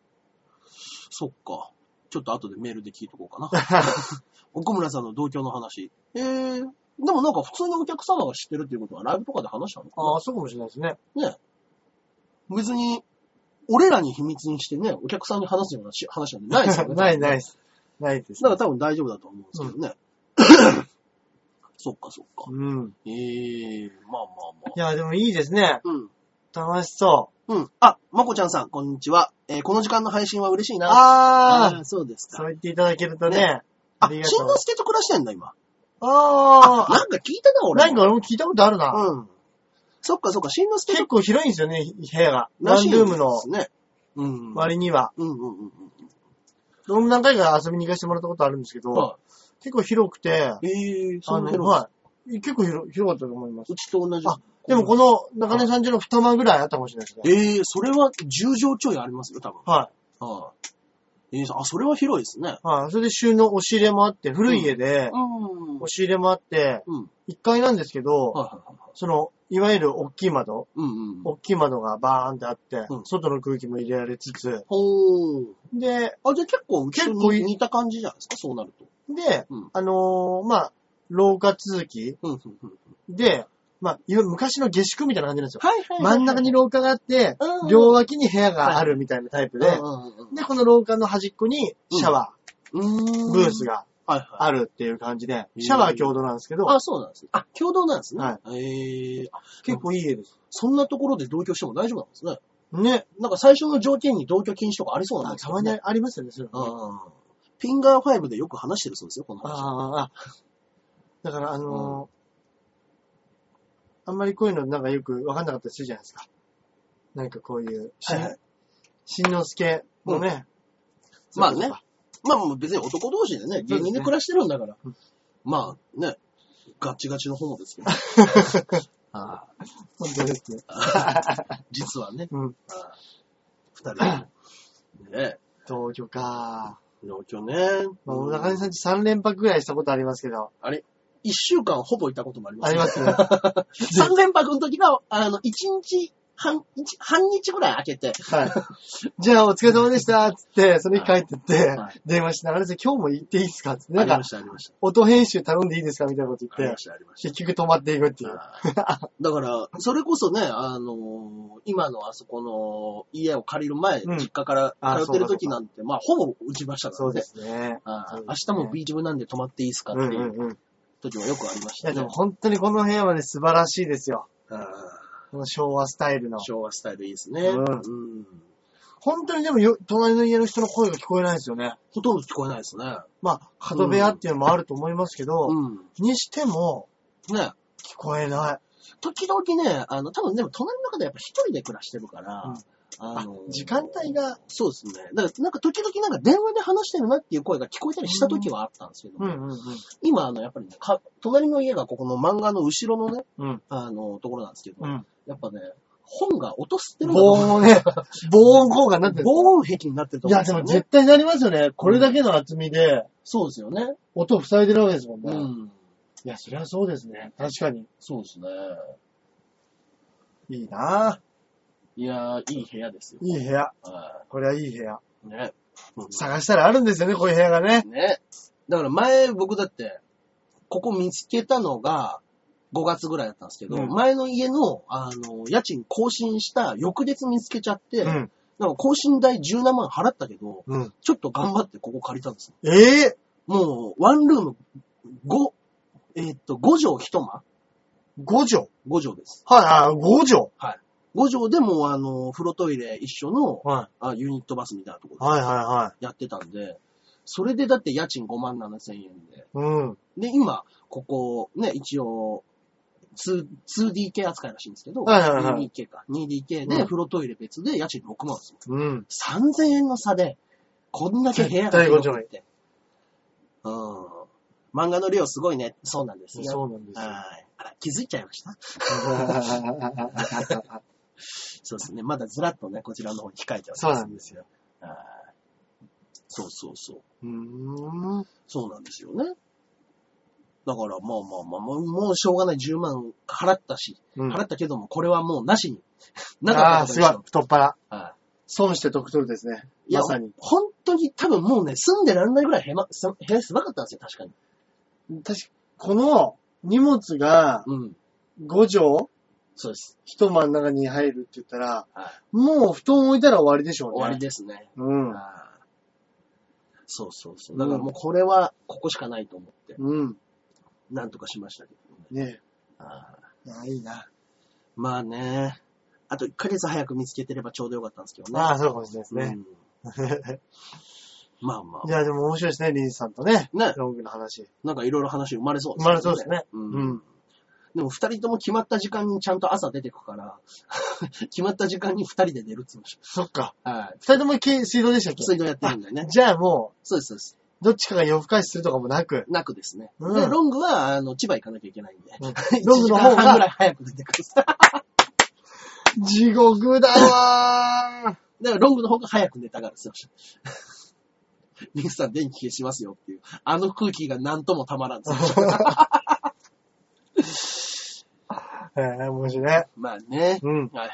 [SPEAKER 2] そっか。ちょっと後でメールで聞いとこうかな。 奥村さんの同居の話。ええでもなんか普通のお客様が知ってるっていうことはライブとかで話したのか
[SPEAKER 1] ああ、そうかもしれないですね。
[SPEAKER 2] な別に、俺らに秘密にしてね、お客さんに話すようなし話なんてないですよね。
[SPEAKER 1] ないない
[SPEAKER 2] い。
[SPEAKER 1] です。ないです
[SPEAKER 2] だ。から多分大丈夫だと思うんですけどね。 そっかそっか。
[SPEAKER 1] うん。
[SPEAKER 2] ええまあまあまあ
[SPEAKER 1] い。や、でもいいですね。
[SPEAKER 2] うん。
[SPEAKER 1] 楽しそ。
[SPEAKER 2] うん。あ、まこちゃんさん、こんにちは。えーこの時間の配信は嬉しいうな。
[SPEAKER 1] ああ
[SPEAKER 2] ー、そうです
[SPEAKER 1] そう
[SPEAKER 2] か。
[SPEAKER 1] 言っていただけるとね
[SPEAKER 2] ね。
[SPEAKER 1] あ
[SPEAKER 2] あ、
[SPEAKER 1] り
[SPEAKER 2] しん
[SPEAKER 1] がとう
[SPEAKER 2] のすけと暮らしてんだ、今。
[SPEAKER 1] ああ、
[SPEAKER 2] なんか聞いたな、俺。
[SPEAKER 1] なんか俺も聞いたことあるな。
[SPEAKER 2] うん。そっかそっか、しんのすけ
[SPEAKER 1] 結構広いんですよね、部屋が。ワンルームの
[SPEAKER 2] ね。うん。
[SPEAKER 1] 割には。
[SPEAKER 2] うんうんうんうん。
[SPEAKER 1] 俺も何回か遊びに行かせてもらったことあるんですけど、
[SPEAKER 2] は
[SPEAKER 1] 結構広くて、
[SPEAKER 2] い。えー、そ
[SPEAKER 1] あ
[SPEAKER 2] んな
[SPEAKER 1] の、
[SPEAKER 2] 広い
[SPEAKER 1] はい。結構広広かったと思います
[SPEAKER 2] う。ちと同じ。
[SPEAKER 1] あでもこの中根さんちの二間ぐらいあったかもしれないですね。
[SPEAKER 2] えー、それは10畳ちょいありますよ、多分。
[SPEAKER 1] は
[SPEAKER 2] はい。えー、あ、それは広いですね。
[SPEAKER 1] い。はい。それで収納、押し入れもあって、古い家で、
[SPEAKER 2] うん
[SPEAKER 1] 押し入れもあって、
[SPEAKER 2] うん。
[SPEAKER 1] 一階なんですけど、
[SPEAKER 2] はいはいはいはい。
[SPEAKER 1] その、いわゆる大きい窓、
[SPEAKER 2] うんうんうん。
[SPEAKER 1] 大きい窓がバーンってあって
[SPEAKER 2] う、ん
[SPEAKER 1] 外の空気も入れられつつ、
[SPEAKER 2] ほー。
[SPEAKER 1] で、
[SPEAKER 2] あ、じゃあ結構、うちと
[SPEAKER 1] 結構いい
[SPEAKER 2] 似似た感じじゃないですか、そうなると。
[SPEAKER 1] で
[SPEAKER 2] うん、
[SPEAKER 1] あのー、まあ、廊下続き
[SPEAKER 2] うんうんうん。
[SPEAKER 1] で、まあ、いわ昔の下宿みたいな感じなんですよ。
[SPEAKER 2] はいは
[SPEAKER 1] 真ん中に廊下があって、
[SPEAKER 2] うん
[SPEAKER 1] 両脇に部屋があるみたいなタイプで、
[SPEAKER 2] うん
[SPEAKER 1] で、この廊下の端っこにシャワ
[SPEAKER 2] うんうん。
[SPEAKER 1] ー、ブース
[SPEAKER 2] が。
[SPEAKER 1] が
[SPEAKER 2] はいはい。
[SPEAKER 1] あるっていう感じで、
[SPEAKER 2] うん
[SPEAKER 1] シャワー共同なんですけど、
[SPEAKER 2] あ、そうなんですね。あ、共同なんですね。
[SPEAKER 1] は
[SPEAKER 2] ええ
[SPEAKER 1] 結構いい家です。
[SPEAKER 2] そんなところで同居しても大丈夫なんですね。
[SPEAKER 1] ね。
[SPEAKER 2] なんか最初の条件に同居禁止とかありそうなん
[SPEAKER 1] あ
[SPEAKER 2] です
[SPEAKER 1] た
[SPEAKER 2] よ
[SPEAKER 1] まに
[SPEAKER 2] ね。
[SPEAKER 1] ありますよね、それはね
[SPEAKER 2] うん。ピンガー5でよく話してるそうですよ、この話。
[SPEAKER 1] ああ、あだからあのーあんまりこういうのなんかよくわかんなかったりするじゃないですか。なんかこういう、しん
[SPEAKER 2] はいはい
[SPEAKER 1] しんのすけのね、
[SPEAKER 2] まあね。まあもう別に男同士でね、
[SPEAKER 1] そうですね
[SPEAKER 2] 芸人で暮らしてるんだから。まあね、ガチガチのホモですけど。ああ
[SPEAKER 1] 本当ですね。
[SPEAKER 2] 実はね、
[SPEAKER 1] うん。
[SPEAKER 2] 二人は。ね
[SPEAKER 1] 東京か。
[SPEAKER 2] 農協ね。
[SPEAKER 1] まあ、お中根さんち3連泊ぐらいしたことありますけど。
[SPEAKER 2] 一週間ほぼいたこともありま
[SPEAKER 1] あ
[SPEAKER 2] す、
[SPEAKER 1] り
[SPEAKER 2] ね。
[SPEAKER 1] ます ね。
[SPEAKER 2] 三連泊の時が、あの、一日半、一半日ぐらい空けて、
[SPEAKER 1] はい。じゃあ、お疲れ様でした、つって、その日帰ってって
[SPEAKER 2] はい、
[SPEAKER 1] 電話しながらですね、今日も行っていいですかつって、
[SPEAKER 2] あ
[SPEAKER 1] なん
[SPEAKER 2] り
[SPEAKER 1] か
[SPEAKER 2] ま、した、ありました。
[SPEAKER 1] 音編集頼んでいいですかみたいなこと
[SPEAKER 2] あり
[SPEAKER 1] 言っ
[SPEAKER 2] ま
[SPEAKER 1] て、
[SPEAKER 2] した、ありました。
[SPEAKER 1] 結局止まっていくっていう。
[SPEAKER 2] あーだから、それこそね、あのー今のあそこの家を借りる前、
[SPEAKER 1] うん
[SPEAKER 2] 実家から
[SPEAKER 1] あー
[SPEAKER 2] 通ってる時なんて、まあ、ほぼ打ちましたか
[SPEAKER 1] そ
[SPEAKER 2] ら
[SPEAKER 1] うで
[SPEAKER 2] ね。
[SPEAKER 1] すね。
[SPEAKER 2] あ
[SPEAKER 1] そう
[SPEAKER 2] ー
[SPEAKER 1] で
[SPEAKER 2] 明
[SPEAKER 1] すね
[SPEAKER 2] 日もビーチ部なんで泊まっていいですか
[SPEAKER 1] うん
[SPEAKER 2] って
[SPEAKER 1] う
[SPEAKER 2] いうん
[SPEAKER 1] うん。い
[SPEAKER 2] 時もよくありました
[SPEAKER 1] や、で
[SPEAKER 2] ね
[SPEAKER 1] も。本当にこの部屋はね、素晴らしいですよ。
[SPEAKER 2] あ
[SPEAKER 1] この昭和スタイルの
[SPEAKER 2] ー。昭和スタイルいいですね。
[SPEAKER 1] うん
[SPEAKER 2] うん
[SPEAKER 1] 本当にでもよ、隣の家の人の声が聞こえないですよね。
[SPEAKER 2] ほとんど聞こえないですね。
[SPEAKER 1] まあ、角部屋っていうのもあると思いますけど、
[SPEAKER 2] うん。
[SPEAKER 1] にしても、
[SPEAKER 2] ね。
[SPEAKER 1] 聞こえない。
[SPEAKER 2] 時々ね、あの、多分でも隣の方やっぱ一人で暮らしてるから、
[SPEAKER 1] うん
[SPEAKER 2] あ
[SPEAKER 1] あ
[SPEAKER 2] の、
[SPEAKER 1] 時間帯が、
[SPEAKER 2] そうですね。だから、なんか時々なんか電話で話してるなっていう声が聞こえたりした時はあったんですけど、
[SPEAKER 1] うんうんうん。
[SPEAKER 2] 今、あの、やっぱりね、か隣の家がここの漫画の後ろのね、
[SPEAKER 1] うん。
[SPEAKER 2] あの、ところなんですけど、
[SPEAKER 1] うん。
[SPEAKER 2] やっぱね、本が落としてる
[SPEAKER 1] 防音
[SPEAKER 2] が
[SPEAKER 1] のね、 防音効果になってる。
[SPEAKER 2] 防音壁になってると
[SPEAKER 1] い
[SPEAKER 2] 思うん
[SPEAKER 1] や、
[SPEAKER 2] です
[SPEAKER 1] で
[SPEAKER 2] よ、
[SPEAKER 1] も
[SPEAKER 2] ね。
[SPEAKER 1] 絶対なりますよね。これだけの厚みで、
[SPEAKER 2] そうですよね。
[SPEAKER 1] 音を塞いでるわけですもんね。
[SPEAKER 2] うん。
[SPEAKER 1] いや、そりゃそうですね。確かに。
[SPEAKER 2] そうですね。
[SPEAKER 1] いいなぁ。
[SPEAKER 2] いやー、いい部屋ですよ。
[SPEAKER 1] いい部屋。
[SPEAKER 2] は
[SPEAKER 1] これはいい部屋。
[SPEAKER 2] いね。
[SPEAKER 1] 探したらあるんですよね、こういう部屋がね。
[SPEAKER 2] ね。だから前、僕だって、ここ見つけたのが、5月ぐらいだったんですけど、
[SPEAKER 1] うん
[SPEAKER 2] 前の家の、あの、家賃更新した翌月見つけちゃって、
[SPEAKER 1] うん。
[SPEAKER 2] なんか更新代17万払ったけど、
[SPEAKER 1] うん。
[SPEAKER 2] ちょっと頑張ってここ借りたんですよ
[SPEAKER 1] ええ
[SPEAKER 2] もう、ワンルーム、5、えーっと、5畳一間
[SPEAKER 1] ー、5畳。
[SPEAKER 2] ?5 畳です。
[SPEAKER 1] はい、あ、5畳。
[SPEAKER 2] 5畳でもう、あの、風呂トイレ一緒の
[SPEAKER 1] は
[SPEAKER 2] あユニットバスみたいなとこ
[SPEAKER 1] い。
[SPEAKER 2] ろ
[SPEAKER 1] はい、はい、はい。
[SPEAKER 2] やってたんで、それでだって家賃5万7千円で。
[SPEAKER 1] うん。
[SPEAKER 2] で、今、ここ、ね、一応、2 2DK 扱いらしいんですけど、
[SPEAKER 1] はいはいはい
[SPEAKER 2] 2DK か。2DK で
[SPEAKER 1] うん
[SPEAKER 2] 風呂トイレ別で家賃6万ですよ。
[SPEAKER 1] うん。
[SPEAKER 2] 3000円の差で、こんだけ部屋
[SPEAKER 1] 絶対ご
[SPEAKER 2] 広
[SPEAKER 1] 上
[SPEAKER 2] くって。うん。漫画の量すごいね。そうなんですよ。
[SPEAKER 1] そうなんですよ。
[SPEAKER 2] はい。あら、気づいちゃいました。そうですね。まだずらっとね、こちらの方に控えては
[SPEAKER 1] そうなんですよ。
[SPEAKER 2] はい。そうそうそう。
[SPEAKER 1] うーん。
[SPEAKER 2] そうなんですよね。だから、まあまあまあ、もうもうしょうがない。10万払ったし、
[SPEAKER 1] うん。
[SPEAKER 2] 払ったけども、これはもうなしに。なか
[SPEAKER 1] あ
[SPEAKER 2] ったこ
[SPEAKER 1] あ、
[SPEAKER 2] と
[SPEAKER 1] す
[SPEAKER 2] に
[SPEAKER 1] ごい
[SPEAKER 2] しよ。
[SPEAKER 1] 太っ腹。
[SPEAKER 2] うは
[SPEAKER 1] 損して得取るですね。
[SPEAKER 2] い。いや、
[SPEAKER 1] まさに。
[SPEAKER 2] 本当に多分もうね、住んでられないぐらい部屋、す部屋狭かったんですよ、確かに。
[SPEAKER 1] 確か、この荷物が
[SPEAKER 2] うん。
[SPEAKER 1] 5畳
[SPEAKER 2] そうです。
[SPEAKER 1] 一間の中に入るって言ったら、
[SPEAKER 2] はい。
[SPEAKER 1] もう布団置いたら終わりでしょうね。
[SPEAKER 2] 終わりですね。
[SPEAKER 1] うん。
[SPEAKER 2] あーそうそうそう。だからもうこれは、ここしかないと思って、
[SPEAKER 1] うん。
[SPEAKER 2] なんとかしましたけどね。
[SPEAKER 1] ね
[SPEAKER 2] あー
[SPEAKER 1] え。ああ、いいな。
[SPEAKER 2] まあね、あと1ヶ月早く見つけてればちょうどよかったんですけどね。
[SPEAKER 1] ああ、そうかもしれないですね。
[SPEAKER 2] うん。まあま
[SPEAKER 1] いや、でも面白いですね、リンさんとね。
[SPEAKER 2] あ。ね、
[SPEAKER 1] ロングの話。
[SPEAKER 2] なんかいろいろ話生まれそう
[SPEAKER 1] 生まれそうですね。
[SPEAKER 2] う
[SPEAKER 1] うん
[SPEAKER 2] ん。でも二人とも決まった時間にちゃんと朝出てくから、 決まった時間に二人で寝るって言うんでし
[SPEAKER 1] そっか。
[SPEAKER 2] ょ。はい。
[SPEAKER 1] 二人ともけ水道でしたっけ
[SPEAKER 2] 水道やってるんだよね。
[SPEAKER 1] じゃあも
[SPEAKER 2] そうです、そうです。
[SPEAKER 1] う、どっちかが夜更かしするとかもな く。
[SPEAKER 2] なくですね。
[SPEAKER 1] うん
[SPEAKER 2] で、ロングは、あの、千葉行かなきゃいけないんで。
[SPEAKER 1] う
[SPEAKER 2] ロ
[SPEAKER 1] んロ
[SPEAKER 2] ン
[SPEAKER 1] ン
[SPEAKER 2] グ
[SPEAKER 1] グ
[SPEAKER 2] の
[SPEAKER 1] の
[SPEAKER 2] 方
[SPEAKER 1] 方が
[SPEAKER 2] が。ぐらい早く出てくる。だか
[SPEAKER 1] 地獄だわー。
[SPEAKER 2] らロングの方が早く寝たがるんですよ。リンスさん電気消しますよっていう。あの空気がなんともたま らんですよ。
[SPEAKER 1] ええ面白いね。
[SPEAKER 2] まあね。
[SPEAKER 1] うん。
[SPEAKER 2] はいはいはいはい。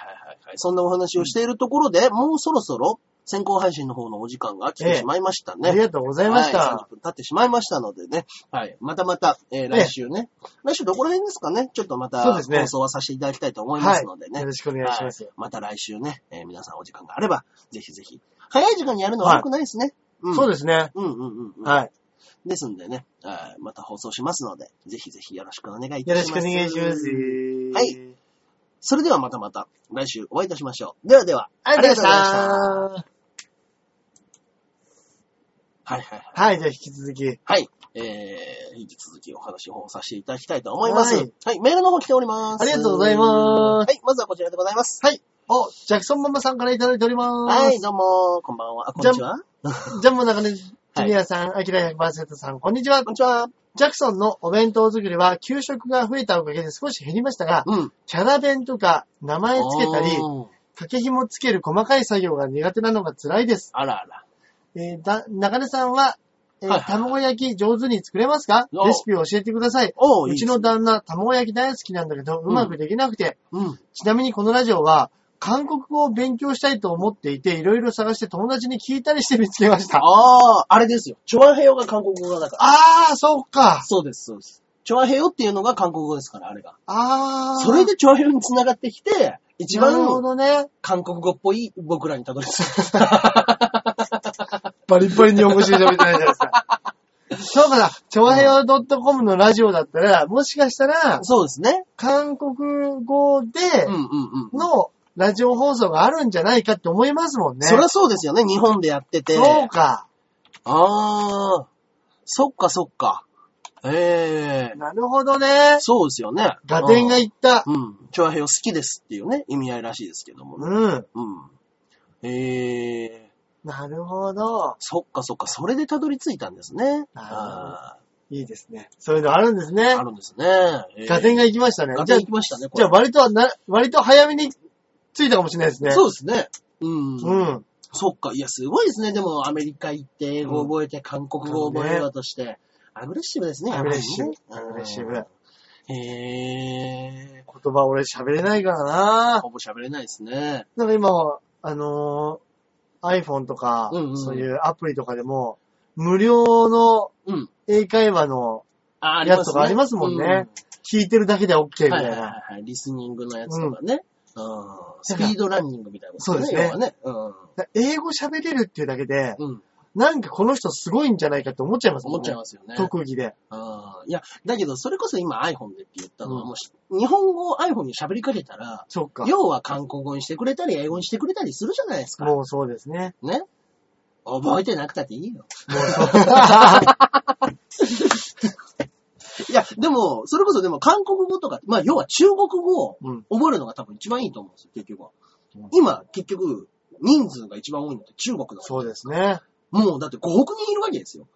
[SPEAKER 2] そんなお話をしているところで、もうそろそろ先行配信の方のお時間が来てしまいましたね。
[SPEAKER 1] ありがとうございました。
[SPEAKER 2] はい、30分経ってしまいましたのでね。はい。またまた、えー来週ね。来週どこら辺ですかねちょっとまた
[SPEAKER 1] そうですね
[SPEAKER 2] 放送はさせていただきたいと思いますのでね。
[SPEAKER 1] よろしくお願いします。
[SPEAKER 2] はいまた来週ね、えー皆さんお時間があれば、ぜひぜひ。早い時間にやるのは良くないですね。うん、
[SPEAKER 1] そう
[SPEAKER 2] で
[SPEAKER 1] ですね。
[SPEAKER 2] す。うんうんうん。
[SPEAKER 1] はい。
[SPEAKER 2] ですんでね、はいまた放送しますので、ぜひぜひよろしくお願いいた
[SPEAKER 1] よろ
[SPEAKER 2] し
[SPEAKER 1] し
[SPEAKER 2] ま
[SPEAKER 1] くお
[SPEAKER 2] す。
[SPEAKER 1] 願いします。
[SPEAKER 2] はい。それではまたまた来週お会いいたしましょう。ではでは、
[SPEAKER 1] ありがとうございまし。
[SPEAKER 2] ありがとうございましたた。はいはいはい。
[SPEAKER 1] はい、じゃあ引き続き。
[SPEAKER 2] はい。えー、引き続きお話の方をさせていただきたいと思います。は
[SPEAKER 1] はいい。
[SPEAKER 2] メールの方来ております。
[SPEAKER 1] ありがとうございま
[SPEAKER 2] は
[SPEAKER 1] す
[SPEAKER 2] い。まずはこちらでございます。
[SPEAKER 1] はい。お、ジャクソンママさんからいただいております。
[SPEAKER 2] はい、どうも、こんばんは。あこんにちは。
[SPEAKER 1] ジャンボ中根ジュニアさん、アキラ100%さん、こんにちは
[SPEAKER 2] こん。にちは。
[SPEAKER 1] ジャクソンのお弁当作りは、給食が増えたおかげで少し減りましたが、
[SPEAKER 2] うん。
[SPEAKER 1] キャラ弁とか名前つけたり、
[SPEAKER 2] おー
[SPEAKER 1] 掛け紐つける細かい作業が苦手なのが辛いです。
[SPEAKER 2] あらあら。
[SPEAKER 1] えーだ、中根さんは、えー
[SPEAKER 2] はいはい
[SPEAKER 1] 卵焼き上手に作れますか
[SPEAKER 2] お
[SPEAKER 1] レシピを教えてください。
[SPEAKER 2] おー
[SPEAKER 1] う
[SPEAKER 2] いいで
[SPEAKER 1] ち
[SPEAKER 2] す
[SPEAKER 1] の旦那、卵焼き大好きなんだけど、うまくできなくて、
[SPEAKER 2] うん。
[SPEAKER 1] ちなみにこのラジオは、韓国語を勉強したいと思っていて、いろいろ探して友達に聞いたりして見つけました。
[SPEAKER 2] ああ、あれですよ。チョアヘヨが韓国語だから。
[SPEAKER 1] あー、そうか。
[SPEAKER 2] そうです、そうです。チョアヘヨっていうのが韓国語ですから、あれが。
[SPEAKER 1] あー。
[SPEAKER 2] それ、でチョアヘヨに繋がってきて、一
[SPEAKER 1] なる
[SPEAKER 2] 番
[SPEAKER 1] ほどね。
[SPEAKER 2] 韓国語っぽい僕らにたどり着く。
[SPEAKER 1] バリバリに面白い喋ってないじゃないですか。そうかな。ちょわへよ .com のラジオだったら、もしかした ら、
[SPEAKER 2] そうですね。
[SPEAKER 1] 韓国語で
[SPEAKER 2] うんうんうん。
[SPEAKER 1] のラジオ放送があるんじゃないかって思いますもんね。
[SPEAKER 2] そりゃそうですよね、日本でやってて。
[SPEAKER 1] そうか。
[SPEAKER 2] ああ、そっかそっか。ええ
[SPEAKER 1] なるほどね。
[SPEAKER 2] そうですよね。
[SPEAKER 1] ガテンが言った。
[SPEAKER 2] うん。チョアヘヨ好きですっていうね、意味合いらしいですけどもね。
[SPEAKER 1] うん。
[SPEAKER 2] うん。ええ
[SPEAKER 1] なるほど。
[SPEAKER 2] そっかそっか、それでたどり着いたんですね。
[SPEAKER 1] なるほど
[SPEAKER 2] あ
[SPEAKER 1] いいですね。そういうのあるんです
[SPEAKER 2] ー
[SPEAKER 1] ね
[SPEAKER 2] あ。るんですね。えー
[SPEAKER 1] ガテンが行きましたね。
[SPEAKER 2] ガ
[SPEAKER 1] じ
[SPEAKER 2] テ
[SPEAKER 1] ゃあ
[SPEAKER 2] ン行、きましたね、こ
[SPEAKER 1] じ
[SPEAKER 2] れ。
[SPEAKER 1] ゃあ割とな、割と早めに着いたかもしれないですね。。
[SPEAKER 2] そううですね。うん。
[SPEAKER 1] うん。
[SPEAKER 2] そっか、いや、すごいですね。でも、アメリカ行って、英語覚えて、韓国語覚えてだとして、アグレッシブですね。
[SPEAKER 1] アグレッシブ
[SPEAKER 2] やっぱりね
[SPEAKER 1] アグレッシブ
[SPEAKER 2] うんへー。
[SPEAKER 1] 言葉俺喋れないからな
[SPEAKER 2] ほぼ喋れないですね。
[SPEAKER 1] なんか今、あのー iPhone とか、
[SPEAKER 2] うんうん
[SPEAKER 1] そういうアプリとかでも、無料の
[SPEAKER 2] うん。
[SPEAKER 1] 英会話の
[SPEAKER 2] あー、あり
[SPEAKER 1] や
[SPEAKER 2] ま
[SPEAKER 1] つと
[SPEAKER 2] す
[SPEAKER 1] か
[SPEAKER 2] ね。
[SPEAKER 1] ありますもん
[SPEAKER 2] うん
[SPEAKER 1] ね。聞いてるだけで OK み
[SPEAKER 2] はい
[SPEAKER 1] た
[SPEAKER 2] は
[SPEAKER 1] い
[SPEAKER 2] いは
[SPEAKER 1] な。
[SPEAKER 2] いはい。リスニングのやつとかね。うんスピードランニングみたいなこと
[SPEAKER 1] そうですね
[SPEAKER 2] 要はね。うん。
[SPEAKER 1] だ英語喋れるっていうだけで、
[SPEAKER 2] うん。
[SPEAKER 1] なんかこの人すごいんじゃないかって思っちゃいますもんね。
[SPEAKER 2] 思っちゃいますよね。
[SPEAKER 1] 特技で。
[SPEAKER 2] ああ、いや、だけど、それこそ今 iPhone でって言ったのは、
[SPEAKER 1] うん
[SPEAKER 2] もうし日本語を iPhone に喋りかけたら、
[SPEAKER 1] そっか。
[SPEAKER 2] 要は韓国語にしてくれたり、英語にしてくれたりするじゃないですか。
[SPEAKER 1] もうそうで すね。
[SPEAKER 2] ね。覚えてなくたっていいよ。
[SPEAKER 1] もうそう。
[SPEAKER 2] いや、でも、それこそでも韓国語とか、まあ、要は中国語を
[SPEAKER 1] うん。
[SPEAKER 2] 覚えるのが多分一番いいと思うんですよ、結局は
[SPEAKER 1] うん。
[SPEAKER 2] 今、結局、人数が一番多いのって中国だから
[SPEAKER 1] そうですね。
[SPEAKER 2] もうだって5億人いるわけですよ。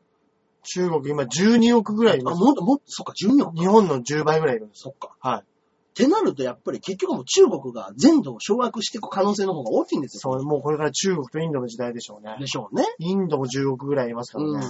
[SPEAKER 1] 中国今12億ぐらいい
[SPEAKER 2] あ、
[SPEAKER 1] ます。
[SPEAKER 2] もっともっと、そっか、14億。
[SPEAKER 1] 日本の10倍ぐらいいるんです。
[SPEAKER 2] そっか。
[SPEAKER 1] はい。
[SPEAKER 2] ってなると、やっぱり結局もう中国が全土を掌握していく可能性の方が大きいんですよ。
[SPEAKER 1] そう、もうこれから中国とインドの時代でしょうね。
[SPEAKER 2] でしょうね。
[SPEAKER 1] インドも10億ぐらいいますからね。
[SPEAKER 2] うん。っ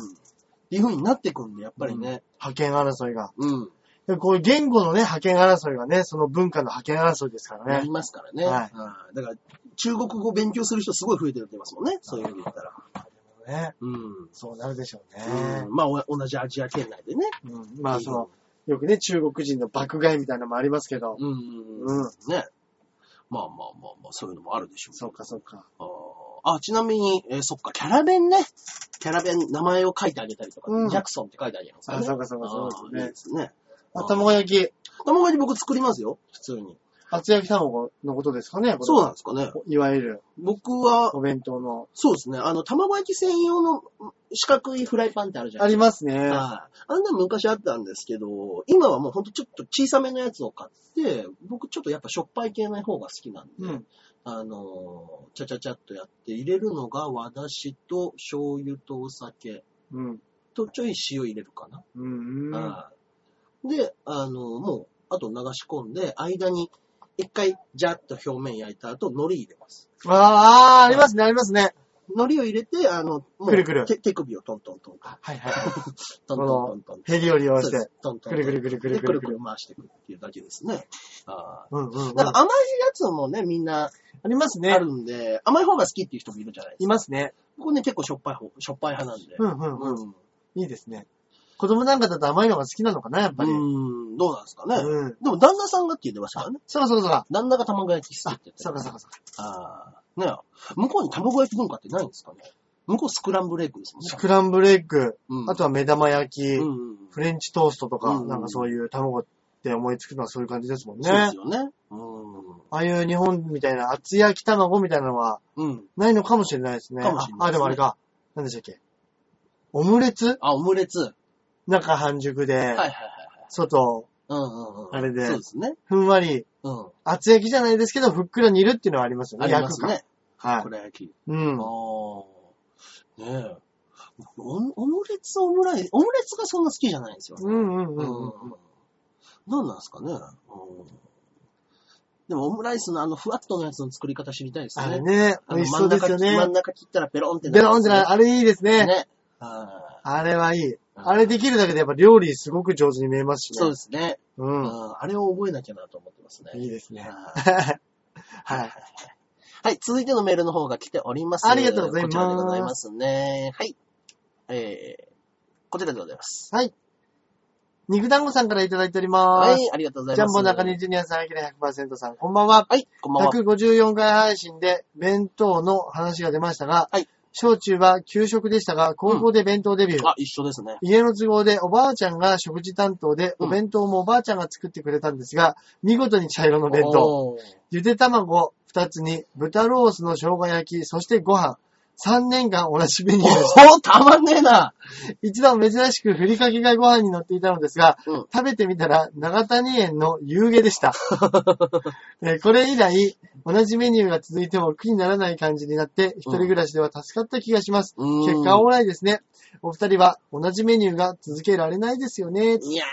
[SPEAKER 2] ていう風になってくんで、やっぱりね。
[SPEAKER 1] 覇権争いが。
[SPEAKER 2] うん。
[SPEAKER 1] でこういう言語のね、覇権争いがね、その文化の覇権争いですか
[SPEAKER 2] な
[SPEAKER 1] ら
[SPEAKER 2] り
[SPEAKER 1] ね。
[SPEAKER 2] ますからね。
[SPEAKER 1] はい
[SPEAKER 2] うんだから、中国語勉強する人すごい増えてるって言いますもんね。そういう風に言ったら。
[SPEAKER 1] ね
[SPEAKER 2] うん。
[SPEAKER 1] そうなるでしょう
[SPEAKER 2] う
[SPEAKER 1] ね
[SPEAKER 2] ん、。まあ、お同じアジア圏内でね。
[SPEAKER 1] うんまあ、その、よくね、中国人の爆買いみたいなのもありますけど。
[SPEAKER 2] うん。
[SPEAKER 1] うん。
[SPEAKER 2] ね。まあまあまあまあ、そういうのもあるでしょうけ
[SPEAKER 1] そ
[SPEAKER 2] ど
[SPEAKER 1] うか、そうか。
[SPEAKER 2] あーあ、ちなみに、えーそっか、キャラ弁ね。キャラ弁、名前を書いてあげたりとか、
[SPEAKER 1] うん
[SPEAKER 2] ジャクソンって書いてあげますから
[SPEAKER 1] あ、
[SPEAKER 2] ね。
[SPEAKER 1] そうか、そうか、そう
[SPEAKER 2] あーいい
[SPEAKER 1] で
[SPEAKER 2] です
[SPEAKER 1] ね。
[SPEAKER 2] すね。
[SPEAKER 1] あ、卵焼き、
[SPEAKER 2] 卵焼き僕作りますよ、普通に。
[SPEAKER 1] 厚焼き卵のことですかね、これ
[SPEAKER 2] そうなん
[SPEAKER 1] は
[SPEAKER 2] ですかね。
[SPEAKER 1] いわゆる、
[SPEAKER 2] 僕は、
[SPEAKER 1] お弁当の。
[SPEAKER 2] そうですね。あの、卵焼き専用の四角いフライパンってあるじゃな
[SPEAKER 1] あ
[SPEAKER 2] いで
[SPEAKER 1] りますね。
[SPEAKER 2] すか。はいあんなの昔あったんですけど、今はもうほんとちょっと小さめのやつを買って、僕ちょっとやっぱしょっぱい系の方が好きなんで、
[SPEAKER 1] うん。
[SPEAKER 2] あのー、ちゃちゃちゃっとやって入れるのが和だしと醤油とお酒
[SPEAKER 1] うん。
[SPEAKER 2] とちょい塩入れるかな。
[SPEAKER 1] うん。うん
[SPEAKER 2] はいで、あの、もう、あと流し込んで、間に、一回、ジャッと表面焼いた後、海苔入れます。
[SPEAKER 1] あー、ありますね、ありますね。
[SPEAKER 2] 海苔を入れて、あの、もう
[SPEAKER 1] くるくる
[SPEAKER 2] 手手首をトントントントン、
[SPEAKER 1] はいはい。
[SPEAKER 2] トントントントン。
[SPEAKER 1] ヘリを利用し
[SPEAKER 2] そうで
[SPEAKER 1] て
[SPEAKER 2] す。トントントン
[SPEAKER 1] くるくるくるくる
[SPEAKER 2] で
[SPEAKER 1] く
[SPEAKER 2] く
[SPEAKER 1] る
[SPEAKER 2] る
[SPEAKER 1] く
[SPEAKER 2] く
[SPEAKER 1] る
[SPEAKER 2] る。回していくっていうだけですね。あ
[SPEAKER 1] うんうんう
[SPEAKER 2] ーなん
[SPEAKER 1] ん。
[SPEAKER 2] か
[SPEAKER 1] あ
[SPEAKER 2] 甘いやつもね、みんな
[SPEAKER 1] りますね
[SPEAKER 2] あ。るんで、甘い方が好きっていう人もいるじゃないです
[SPEAKER 1] い
[SPEAKER 2] か。
[SPEAKER 1] ますね。
[SPEAKER 2] 僕ね、結構しょっぱい方、しょっぱい派なんで。
[SPEAKER 1] うんうんうん。
[SPEAKER 2] ん。
[SPEAKER 1] いいですね。子供なんかだと甘いのが好きなのかな、やっぱり。
[SPEAKER 2] うん、どうなんですかね。
[SPEAKER 1] うん
[SPEAKER 2] でも、旦那さんがって言ってましたからね。
[SPEAKER 1] そうかそうかそうか。
[SPEAKER 2] 旦那が卵焼き好き
[SPEAKER 1] あ
[SPEAKER 2] って言っ、てた
[SPEAKER 1] そうかそうかそうか。
[SPEAKER 2] ああ。ねえ向こうに卵焼き文化ってないんですかね向こうスクランブルエッグですもんね
[SPEAKER 1] ス。クランブルエッグ、
[SPEAKER 2] うん
[SPEAKER 1] あとは目玉焼き、
[SPEAKER 2] うんうんうん。
[SPEAKER 1] フレンチトーストとか、
[SPEAKER 2] うん
[SPEAKER 1] なんかそういう卵って思いつくのはそういう感じですもんね。
[SPEAKER 2] そうで
[SPEAKER 1] あ
[SPEAKER 2] すよね。う
[SPEAKER 1] あいう日本みたいな厚焼き卵みたいなのは
[SPEAKER 2] ん。うん。
[SPEAKER 1] ないのかもしれないですね。
[SPEAKER 2] かもしれ
[SPEAKER 1] あ
[SPEAKER 2] ないですね
[SPEAKER 1] あ、でもあれか。なんでしたっけ。オムレツ
[SPEAKER 2] あ、オムレツ。はい
[SPEAKER 1] 中半熟で、
[SPEAKER 2] はいはいはい。
[SPEAKER 1] 外、
[SPEAKER 2] うんうんうん。
[SPEAKER 1] あれで
[SPEAKER 2] そうですね。
[SPEAKER 1] ふんわり、
[SPEAKER 2] うん。
[SPEAKER 1] 厚焼きじゃないですけど、ふっくら煮るっていうのはありますよ
[SPEAKER 2] あ
[SPEAKER 1] ね。
[SPEAKER 2] ります
[SPEAKER 1] 焼く
[SPEAKER 2] ね。
[SPEAKER 1] か。は
[SPEAKER 2] これ焼き。
[SPEAKER 1] い。うん
[SPEAKER 2] あ。あ。ねえ。オムオムレツオムライス、オムレツがそんな好きじゃないんですよ。
[SPEAKER 1] うんうんう
[SPEAKER 2] うんん
[SPEAKER 1] うん。
[SPEAKER 2] 何なんですかね。うんでもオムライスのあのふわっとのやつの作り方知りたいですね。
[SPEAKER 1] あれね、
[SPEAKER 2] あの
[SPEAKER 1] 美味し
[SPEAKER 2] 真
[SPEAKER 1] そ
[SPEAKER 2] ん
[SPEAKER 1] うで
[SPEAKER 2] 中
[SPEAKER 1] すよ
[SPEAKER 2] 切真ん
[SPEAKER 1] ね。
[SPEAKER 2] 中切ったらペロンって
[SPEAKER 1] ベロンってな、あれいいです
[SPEAKER 2] る。
[SPEAKER 1] ね。
[SPEAKER 2] ね。あー
[SPEAKER 1] あれはいい。
[SPEAKER 2] うん
[SPEAKER 1] あれできるだけでやっぱ料理すごく上手に見えますしね。
[SPEAKER 2] そうですね。
[SPEAKER 1] う。
[SPEAKER 2] うんんあれを覚えなきゃなと思ってますね。
[SPEAKER 1] いいですね。
[SPEAKER 2] あー
[SPEAKER 1] はい。
[SPEAKER 2] はい、続いてのメールの方が来ております。
[SPEAKER 1] ありがとうござい
[SPEAKER 2] こ
[SPEAKER 1] ます
[SPEAKER 2] ちらでございますね。はい。えー、こちらでございます。
[SPEAKER 1] はい。肉団子さんからいただいております。
[SPEAKER 2] はい、ありがとうござい
[SPEAKER 1] ジャ
[SPEAKER 2] ま
[SPEAKER 1] ン
[SPEAKER 2] す。
[SPEAKER 1] ボ中根ジュニアさん、あきら100%さん、こんばんは。
[SPEAKER 2] はい、こんばんは。
[SPEAKER 1] 154回配信で弁当の話が出ましたが、
[SPEAKER 2] はい
[SPEAKER 1] 小中は給食でしたが、高校で弁当デビュー。
[SPEAKER 2] あ、一緒ですね。
[SPEAKER 1] 家の都合でおばあちゃんが食事担当で、
[SPEAKER 2] うん
[SPEAKER 1] お弁当もおばあちゃんが作ってくれたんですが、見事に茶色の弁当。
[SPEAKER 2] おー
[SPEAKER 1] ゆで卵2つに、豚ロースの生姜焼き、そしてご飯。3年間同じメニューでした。
[SPEAKER 2] おー、 たまんねえな。
[SPEAKER 1] 一度珍しくふりかけがご飯に乗っていたのですが、
[SPEAKER 2] うん
[SPEAKER 1] 食べてみたら長谷園の夕毛で した。えーこれ以来、同じメニューが続いても苦にならない感じになって、一人暮らしでは助かった気がします。
[SPEAKER 2] うん
[SPEAKER 1] 結果オーライですね。お二人は同じメニューが続けられないですよね。い
[SPEAKER 2] いや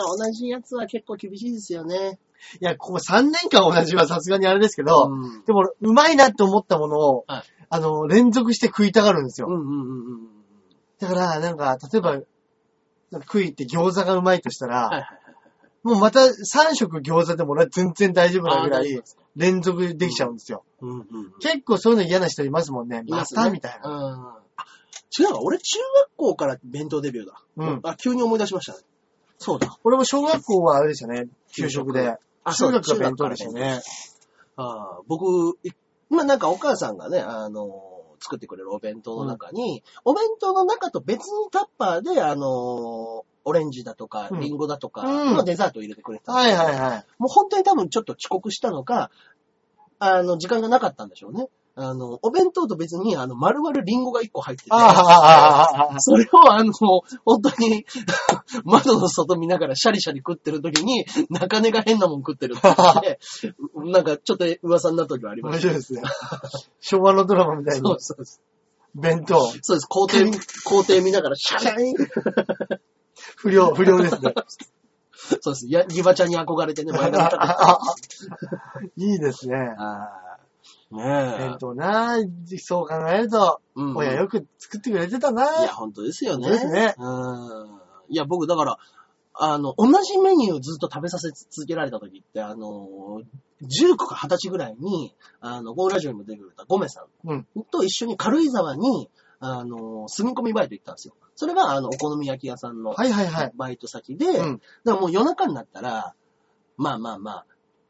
[SPEAKER 2] ー、同じやつは結構厳しいですよね。
[SPEAKER 1] や、ここ3年間同じはさすがにあれですけど、
[SPEAKER 2] うん
[SPEAKER 1] でも俺うまいなって思ったものを、
[SPEAKER 2] はい
[SPEAKER 1] あの、連続して食いたがるんですよ。
[SPEAKER 2] うんうんうんうん。
[SPEAKER 1] だから、なんか、例えば、なんか食いって餃子がうまいとしたら、
[SPEAKER 2] はいはいはい。
[SPEAKER 1] もうまた3食餃子でも俺は全然大丈夫なぐら
[SPEAKER 2] あー大丈夫
[SPEAKER 1] い
[SPEAKER 2] です
[SPEAKER 1] 連続できちゃうんですよ。
[SPEAKER 2] うんうんうん。
[SPEAKER 1] 結構そういうの嫌な人いますもんね。
[SPEAKER 2] い
[SPEAKER 1] マ
[SPEAKER 2] ま
[SPEAKER 1] ス
[SPEAKER 2] す
[SPEAKER 1] ター
[SPEAKER 2] ね。
[SPEAKER 1] みたいな。
[SPEAKER 2] うん。あ、違うわ。俺、中学校から弁当デビューだ。
[SPEAKER 1] うん
[SPEAKER 2] あ、急に思い出しましたね。そうだ。
[SPEAKER 1] 俺も小学校はあれでしたね。給食で。
[SPEAKER 2] あそ
[SPEAKER 1] 中
[SPEAKER 2] うだ
[SPEAKER 1] 学は弁当でしたね。
[SPEAKER 2] ああ、僕、い今なんかお母さんがね、あの、作ってくれるお弁当の中に、お弁当の中と別にタッパーで、あの、オレンジだとか、
[SPEAKER 1] うん
[SPEAKER 2] リンゴだとか
[SPEAKER 1] うん
[SPEAKER 2] のデザートを入れてくれてた、
[SPEAKER 1] はいはいはい。
[SPEAKER 2] もう本当に多分ちょっと遅刻したのか、あの、時間がなかったんでしょうね。あの、お弁当と別に、あの、丸々リンゴが1個入ってて
[SPEAKER 1] あ、ああああああ
[SPEAKER 2] それをあの、本当に、 窓の外見ながらシャリシャリ食ってる時に、中根が変なもん食ってるって言って、 うなんかちょっと噂になった時はありま
[SPEAKER 1] 面
[SPEAKER 2] し
[SPEAKER 1] 白いです ね。昭和のドラマみた
[SPEAKER 2] た。
[SPEAKER 1] い
[SPEAKER 2] そう
[SPEAKER 1] に
[SPEAKER 2] そうです。
[SPEAKER 1] 弁当。
[SPEAKER 2] そうです。工程、工程見ながらシャリ
[SPEAKER 1] 不良、不良ですね。
[SPEAKER 2] そうです。や、ギバちゃんに憧れてね、前髪 立てて。
[SPEAKER 1] いいですね。
[SPEAKER 2] あーね
[SPEAKER 1] 弁当なそう考えると、
[SPEAKER 2] うん
[SPEAKER 1] 親よく作ってくれてた
[SPEAKER 2] え。いや、
[SPEAKER 1] な
[SPEAKER 2] 本当ですよね。
[SPEAKER 1] ですね
[SPEAKER 2] うん。いや、僕だから、あの、同じメニューをずっと食べさせ続けられた時って、あの、19か20歳ぐらいに、あの、ゴーラジオにも出てくれたゴメさん。
[SPEAKER 1] うん。
[SPEAKER 2] と一緒に軽井沢に、あの、住み込みバイト行ったんですよ。それが、あの、お好み焼き屋さんの
[SPEAKER 1] はいはいはい。
[SPEAKER 2] バイト先で、
[SPEAKER 1] うん
[SPEAKER 2] だからもう夜中になったら、まあまあまあ、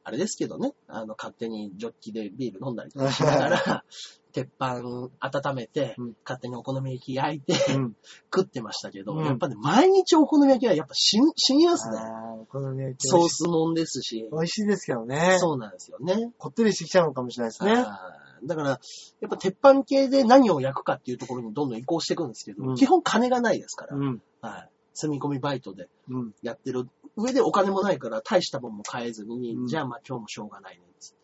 [SPEAKER 2] あれですけどね、あの、勝手にジョッキでビール飲んだりとかしながら、 鉄板温めて、
[SPEAKER 1] うん
[SPEAKER 2] 勝手にお好み焼き焼いて、
[SPEAKER 1] うん。
[SPEAKER 2] 食ってましたけど、
[SPEAKER 1] うん
[SPEAKER 2] やっぱね、毎日お好み焼きはやっぱ死に死にますね。
[SPEAKER 1] あーお好み焼き美味しい
[SPEAKER 2] ソースもんですし、
[SPEAKER 1] 美味しいですけどね。
[SPEAKER 2] そうなんですよね。
[SPEAKER 1] こってりしてきちゃうのかもしれないですね。
[SPEAKER 2] あーだから、やっぱ鉄板系で何を焼くかっていうところにどんどん移行していくんですけど、
[SPEAKER 1] うん
[SPEAKER 2] 基本金がないですから、
[SPEAKER 1] うん。
[SPEAKER 2] はい、住み込みバイトで
[SPEAKER 1] うん。
[SPEAKER 2] やってる上でお金もないから大したもんも買えずに、
[SPEAKER 1] うん
[SPEAKER 2] じゃあまあ今日もしょうがないねっつって。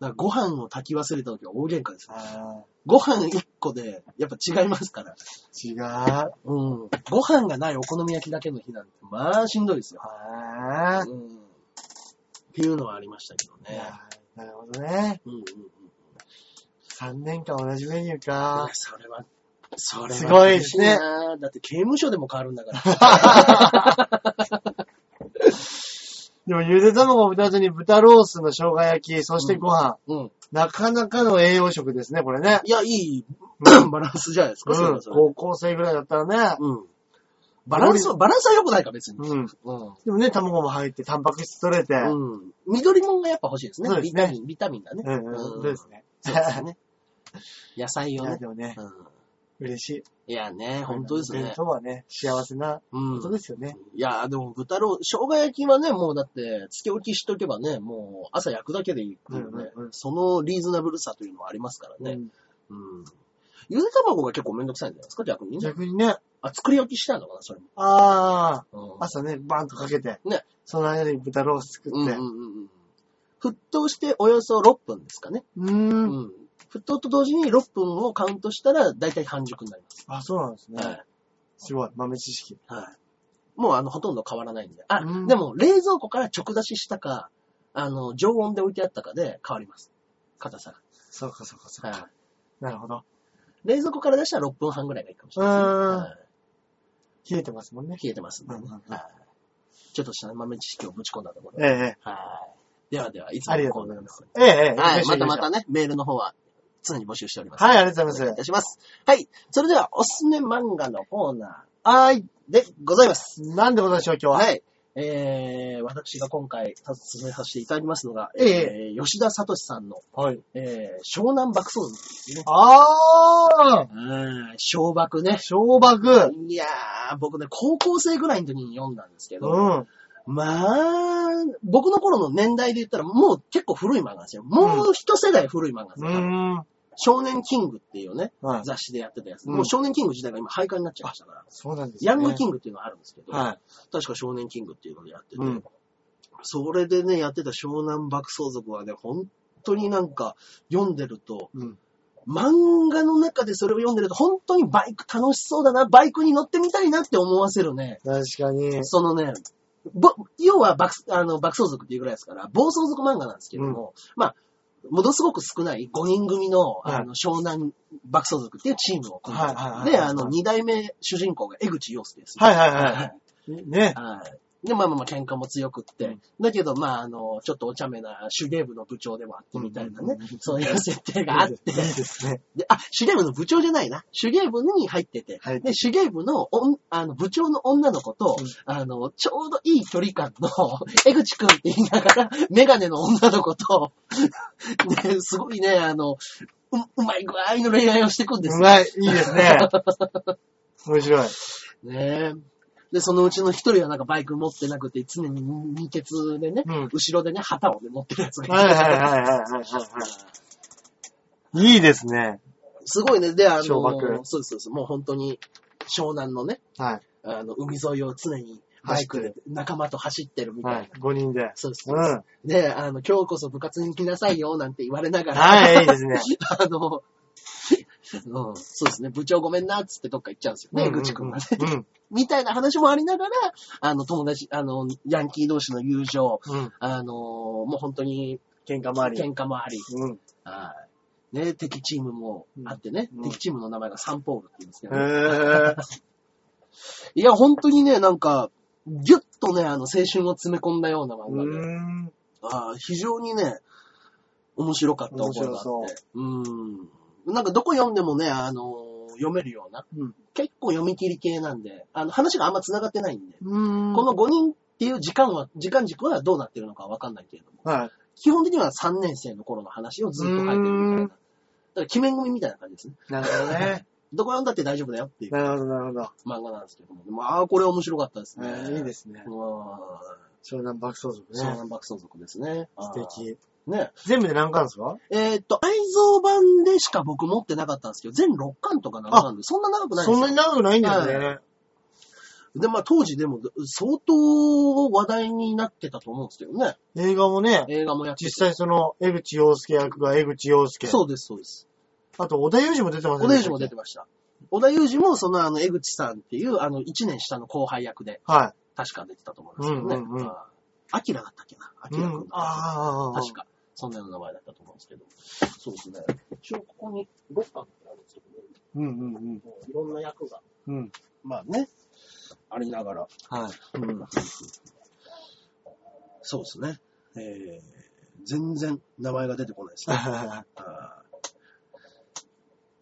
[SPEAKER 2] だからご飯を炊き忘れた時は大喧嘩ですね。
[SPEAKER 1] あ
[SPEAKER 2] ご飯1個でやっぱ違いますから。
[SPEAKER 1] ー違う。あ
[SPEAKER 2] うん。ご飯がないお好み焼きだけの日なんて、まあしんどいですよ。
[SPEAKER 1] あー。
[SPEAKER 2] うん。っていうのはありましたけど
[SPEAKER 1] い
[SPEAKER 2] ね。
[SPEAKER 1] やーなるほどね。
[SPEAKER 2] うんうんうん。
[SPEAKER 1] 3年間同じメニューか。
[SPEAKER 2] それは、それは
[SPEAKER 1] すごいですね
[SPEAKER 2] 厳しな。だって刑務所でも変わるんだから。
[SPEAKER 1] でも、ゆで卵を豚つに豚ロースの生姜焼き、そしてご飯。
[SPEAKER 2] うん。
[SPEAKER 1] なかなかの栄養食ですね、こ れね。
[SPEAKER 2] いや、いいバランスじゃないですか、
[SPEAKER 1] う
[SPEAKER 2] それ
[SPEAKER 1] ん
[SPEAKER 2] は。それは
[SPEAKER 1] 高校生ぐらいだったらね。
[SPEAKER 2] うん。バランスは、バランスは良くないか、別に。
[SPEAKER 1] うん。
[SPEAKER 2] うん。
[SPEAKER 1] でもね、卵も入って、タンパク質取れて。うん。
[SPEAKER 2] うん。緑もんがやっぱ欲しいですね。
[SPEAKER 1] そうで
[SPEAKER 2] ビ
[SPEAKER 1] すね
[SPEAKER 2] タミン、ビタミン だね。
[SPEAKER 1] うん。そうですね。
[SPEAKER 2] そうですね。野菜
[SPEAKER 1] い
[SPEAKER 2] を
[SPEAKER 1] や、
[SPEAKER 2] ね
[SPEAKER 1] で。もね、
[SPEAKER 2] うん。
[SPEAKER 1] 嬉し
[SPEAKER 2] い
[SPEAKER 1] い。
[SPEAKER 2] やね、本当ですね
[SPEAKER 1] 弁。当はね、幸せな
[SPEAKER 2] う
[SPEAKER 1] こ
[SPEAKER 2] ん
[SPEAKER 1] と。ですよね。
[SPEAKER 2] いや、でも豚ロー、生姜焼きはね、もうだって、つけ置きしとけばね、もう朝焼くだけでいいので、
[SPEAKER 1] うんうんうん
[SPEAKER 2] そのリーズナブルさというのはありますから
[SPEAKER 1] う
[SPEAKER 2] ね。
[SPEAKER 1] ん
[SPEAKER 2] うん。ゆで卵が結構めんどくさいんじゃないですか、逆にね。
[SPEAKER 1] 逆にね、
[SPEAKER 2] あ、作り置きしたのかな、それ
[SPEAKER 1] ああ、
[SPEAKER 2] も。
[SPEAKER 1] 朝ね、バーンとかけて、
[SPEAKER 2] ね
[SPEAKER 1] その間に豚ロース作
[SPEAKER 2] うん、う
[SPEAKER 1] っ
[SPEAKER 2] ん
[SPEAKER 1] て
[SPEAKER 2] うん、うん。沸騰しておよそ6分ですかね。
[SPEAKER 1] うーん、
[SPEAKER 2] うん。沸騰と同時に6分をカウントしたら、だいたい半熟になります。
[SPEAKER 1] あ、そうなんです
[SPEAKER 2] は
[SPEAKER 1] ね。
[SPEAKER 2] い。
[SPEAKER 1] すごい、豆知識。
[SPEAKER 2] はい。もう、あの、ほとんど変わらないんで。あ、
[SPEAKER 1] うん
[SPEAKER 2] でも、冷蔵庫から直出ししたか、あの、常温で置いてあったかで変わります。硬さ
[SPEAKER 1] そうか、そうか、そう
[SPEAKER 2] が。
[SPEAKER 1] か。
[SPEAKER 2] はい。
[SPEAKER 1] なるほど。
[SPEAKER 2] 冷蔵庫から出したら6分半ぐらいがいいかもしれないですね。
[SPEAKER 1] うん
[SPEAKER 2] はい
[SPEAKER 1] 冷えてますもんね。
[SPEAKER 2] 冷えてますんでね
[SPEAKER 1] うんうんうん
[SPEAKER 2] はいちょっとした豆知識をぶち込んだところ
[SPEAKER 1] え
[SPEAKER 2] で。
[SPEAKER 1] え
[SPEAKER 2] はい。ではでは、いつ
[SPEAKER 1] あり
[SPEAKER 2] もこ
[SPEAKER 1] がとうん
[SPEAKER 2] な
[SPEAKER 1] ござ
[SPEAKER 2] 感
[SPEAKER 1] いま
[SPEAKER 2] じ
[SPEAKER 1] す。ええ、ええ、
[SPEAKER 2] はい。
[SPEAKER 1] よ
[SPEAKER 2] ま
[SPEAKER 1] ろ
[SPEAKER 2] た
[SPEAKER 1] し
[SPEAKER 2] またね、メールの方は常に募集しております。
[SPEAKER 1] はい、ありがとうご
[SPEAKER 2] お
[SPEAKER 1] ざい
[SPEAKER 2] 願い
[SPEAKER 1] ま
[SPEAKER 2] いたします。はい。それでは、おすすめ漫画のコーナー、はーい、でございます。
[SPEAKER 1] す。なんでございましょう、今日は。
[SPEAKER 2] はい。えー、私が今回、進めさせていただきますのが、
[SPEAKER 1] え
[SPEAKER 2] えー吉田聡さんの、
[SPEAKER 1] はい。
[SPEAKER 2] えー、湘南爆走族ですね。
[SPEAKER 1] あー
[SPEAKER 2] うん、小爆ね。
[SPEAKER 1] 小爆
[SPEAKER 2] いやー、僕ね、高校生ぐらいの時に読んだんですけど、
[SPEAKER 1] うん。
[SPEAKER 2] まあ、僕の頃の年代で言ったらもう結構古い漫画なんですよ。もう一世代古い漫画です
[SPEAKER 1] う
[SPEAKER 2] よ、
[SPEAKER 1] ん。
[SPEAKER 2] 少年キングっていうね、
[SPEAKER 1] はい。
[SPEAKER 2] 雑誌でやってたやつ。
[SPEAKER 1] うん
[SPEAKER 2] もう少年キング自体が今廃刊になっちゃいましたから。
[SPEAKER 1] そうなんですね。
[SPEAKER 2] ヤングキ
[SPEAKER 1] ン
[SPEAKER 2] ングっていうのがあるんですけど、
[SPEAKER 1] は
[SPEAKER 2] 確か少年キングっていうのをやってて、
[SPEAKER 1] うん
[SPEAKER 2] それでね、やってた湘南爆走族はね、本当になんか読んでると、
[SPEAKER 1] い。うん。
[SPEAKER 2] 漫画の中でそれを読んでると、本当にバイク楽しそうだな、バイクに乗ってみたいなって思わせるね、
[SPEAKER 1] 確かに。
[SPEAKER 2] そのね、ぼ要は爆あの爆走族っていうぐらいですから、暴走族漫画なんですけども、まあ、ものすごく少ない5人組の,、
[SPEAKER 1] はい
[SPEAKER 2] あの湘南爆走族っていうチームを組んで、
[SPEAKER 1] はいはいはいはい
[SPEAKER 2] で、あの、2代目主人公が江口洋介です。
[SPEAKER 1] はいはい
[SPEAKER 2] はい
[SPEAKER 1] は。い。ね。
[SPEAKER 2] はいで、まあまあまあ喧嘩も強くって、
[SPEAKER 1] うん
[SPEAKER 2] だけど、まああの、ちょっとお茶目な手芸部の部長でもあってみたいなね、
[SPEAKER 1] うんうんうん
[SPEAKER 2] そういう設定があっ
[SPEAKER 1] いい
[SPEAKER 2] て、
[SPEAKER 1] ですね。
[SPEAKER 2] で、あ、手芸部の部長じゃないな。手芸部に入ってて。
[SPEAKER 1] はい
[SPEAKER 2] で、手芸部のおんあの部長の女の子と、
[SPEAKER 1] うん
[SPEAKER 2] あの、ちょうどいい距離感の、江口くんって言いながら、メガネの女の子と、ね、すごいね、あの、う、うまい具合の恋愛をしていくんです
[SPEAKER 1] う
[SPEAKER 2] よ。
[SPEAKER 1] まい。いいです ね。面白い。
[SPEAKER 2] ねで、そのうちの一人はなんかバイク持ってなくて、常に二欠でね、
[SPEAKER 1] うん
[SPEAKER 2] 後ろでね、旗をね、持ってるやつがいて
[SPEAKER 1] はいはいはいはいはいはい。いいですね。
[SPEAKER 2] すごいね。で、あの、
[SPEAKER 1] 小
[SPEAKER 2] そう
[SPEAKER 1] 爆
[SPEAKER 2] です、そうです。もう本当に、湘南のね、
[SPEAKER 1] はい。
[SPEAKER 2] あの、海沿いを常にバイク
[SPEAKER 1] 走
[SPEAKER 2] で仲間と走ってるみたいな。
[SPEAKER 1] はい。5人で。
[SPEAKER 2] そうです。
[SPEAKER 1] う。
[SPEAKER 2] そうんです
[SPEAKER 1] は
[SPEAKER 2] で、あの、今日こそ部活に来なさいよ、なんて言われなが ら。
[SPEAKER 1] い、いいですね。
[SPEAKER 2] あの、うん、そうですね。部長ごめんな、っつってどっか行っちゃうんですよね、
[SPEAKER 1] うんうんうん
[SPEAKER 2] ぐちくんがね。
[SPEAKER 1] うん。
[SPEAKER 2] みたいな話もありながら、あの、友達、あの、ヤンキー同士の友情、
[SPEAKER 1] うん。
[SPEAKER 2] あの、もう本当に、
[SPEAKER 1] 喧嘩もあり。
[SPEAKER 2] 喧嘩もあり、
[SPEAKER 1] うん。
[SPEAKER 2] はい。ね、敵チームもあってね、
[SPEAKER 1] うん
[SPEAKER 2] 敵チームの名前がサンポールって言うんですけど、ね、
[SPEAKER 1] へー。
[SPEAKER 2] いや、本当にね、なんか、ぎゅっとね、あの、青春を詰め込んだような漫
[SPEAKER 1] う
[SPEAKER 2] 画で、
[SPEAKER 1] ーん。
[SPEAKER 2] あー非常にね、面白かった覚えがあ
[SPEAKER 1] 面白そ
[SPEAKER 2] って。うん。なんかどこ読んでもね、あのー読めるような、
[SPEAKER 1] うん
[SPEAKER 2] 結構読み切り系なんで、あの、話があんま繋がってないんで、
[SPEAKER 1] うーん。
[SPEAKER 2] この5人っていう時間は、時間軸はどうなってるのかわかんないけれども、
[SPEAKER 1] はい。
[SPEAKER 2] 基本的には3年生の頃の話をずっと書いてるみたいな。
[SPEAKER 1] う
[SPEAKER 2] だ
[SPEAKER 1] ん
[SPEAKER 2] から、鬼面組みたいな感じですね。
[SPEAKER 1] なるほどね。
[SPEAKER 2] どこ読んだって大丈夫だよっていう
[SPEAKER 1] なるほど、なるほど。
[SPEAKER 2] 漫画なんですけども、まあ、これ面白かったです
[SPEAKER 1] え
[SPEAKER 2] ね。。
[SPEAKER 1] ーいいですすね。
[SPEAKER 2] うわ
[SPEAKER 1] 湘南爆走族
[SPEAKER 2] ー湘
[SPEAKER 1] ね。
[SPEAKER 2] 南爆走族ですね。
[SPEAKER 1] 素敵。
[SPEAKER 2] あー。ね。
[SPEAKER 1] 全部で何巻ですか
[SPEAKER 2] えーっと、愛蔵版でしか僕持ってなかったんですけど、全6巻とか7巻で、そんな長くないんで
[SPEAKER 1] そ
[SPEAKER 2] す
[SPEAKER 1] んな
[SPEAKER 2] よ。
[SPEAKER 1] に長くないんだよね。
[SPEAKER 2] で、まあ当時でも相当話題になってたと思うんですけどね。
[SPEAKER 1] 映画もね、
[SPEAKER 2] 映画もやってて
[SPEAKER 1] 実際その、江口洋介役が江口洋介。
[SPEAKER 2] そうです、そうです。
[SPEAKER 1] あと、小田裕二も出てます
[SPEAKER 2] 小田裕二も出
[SPEAKER 1] て
[SPEAKER 2] てました。小田裕二もそのあの、江口さんっていうあの、1年下の後輩役で
[SPEAKER 1] は
[SPEAKER 2] 確か出てたと思うんですけど
[SPEAKER 1] うんうんう
[SPEAKER 2] ね
[SPEAKER 1] ん。
[SPEAKER 2] アキラだったっけな。ア
[SPEAKER 1] い。
[SPEAKER 2] キラ君だったっけな。
[SPEAKER 1] ああ、
[SPEAKER 2] 確か。そんなような名前だったと思うんですけど。そうですね。一応ここに6巻ってあるんですけどね。
[SPEAKER 1] うんうんうん。
[SPEAKER 2] もういろんな役が、
[SPEAKER 1] うん。
[SPEAKER 2] まあね、ありながら。
[SPEAKER 1] はい。
[SPEAKER 2] そうですね。えー、全然名前が出てこないで すね。あー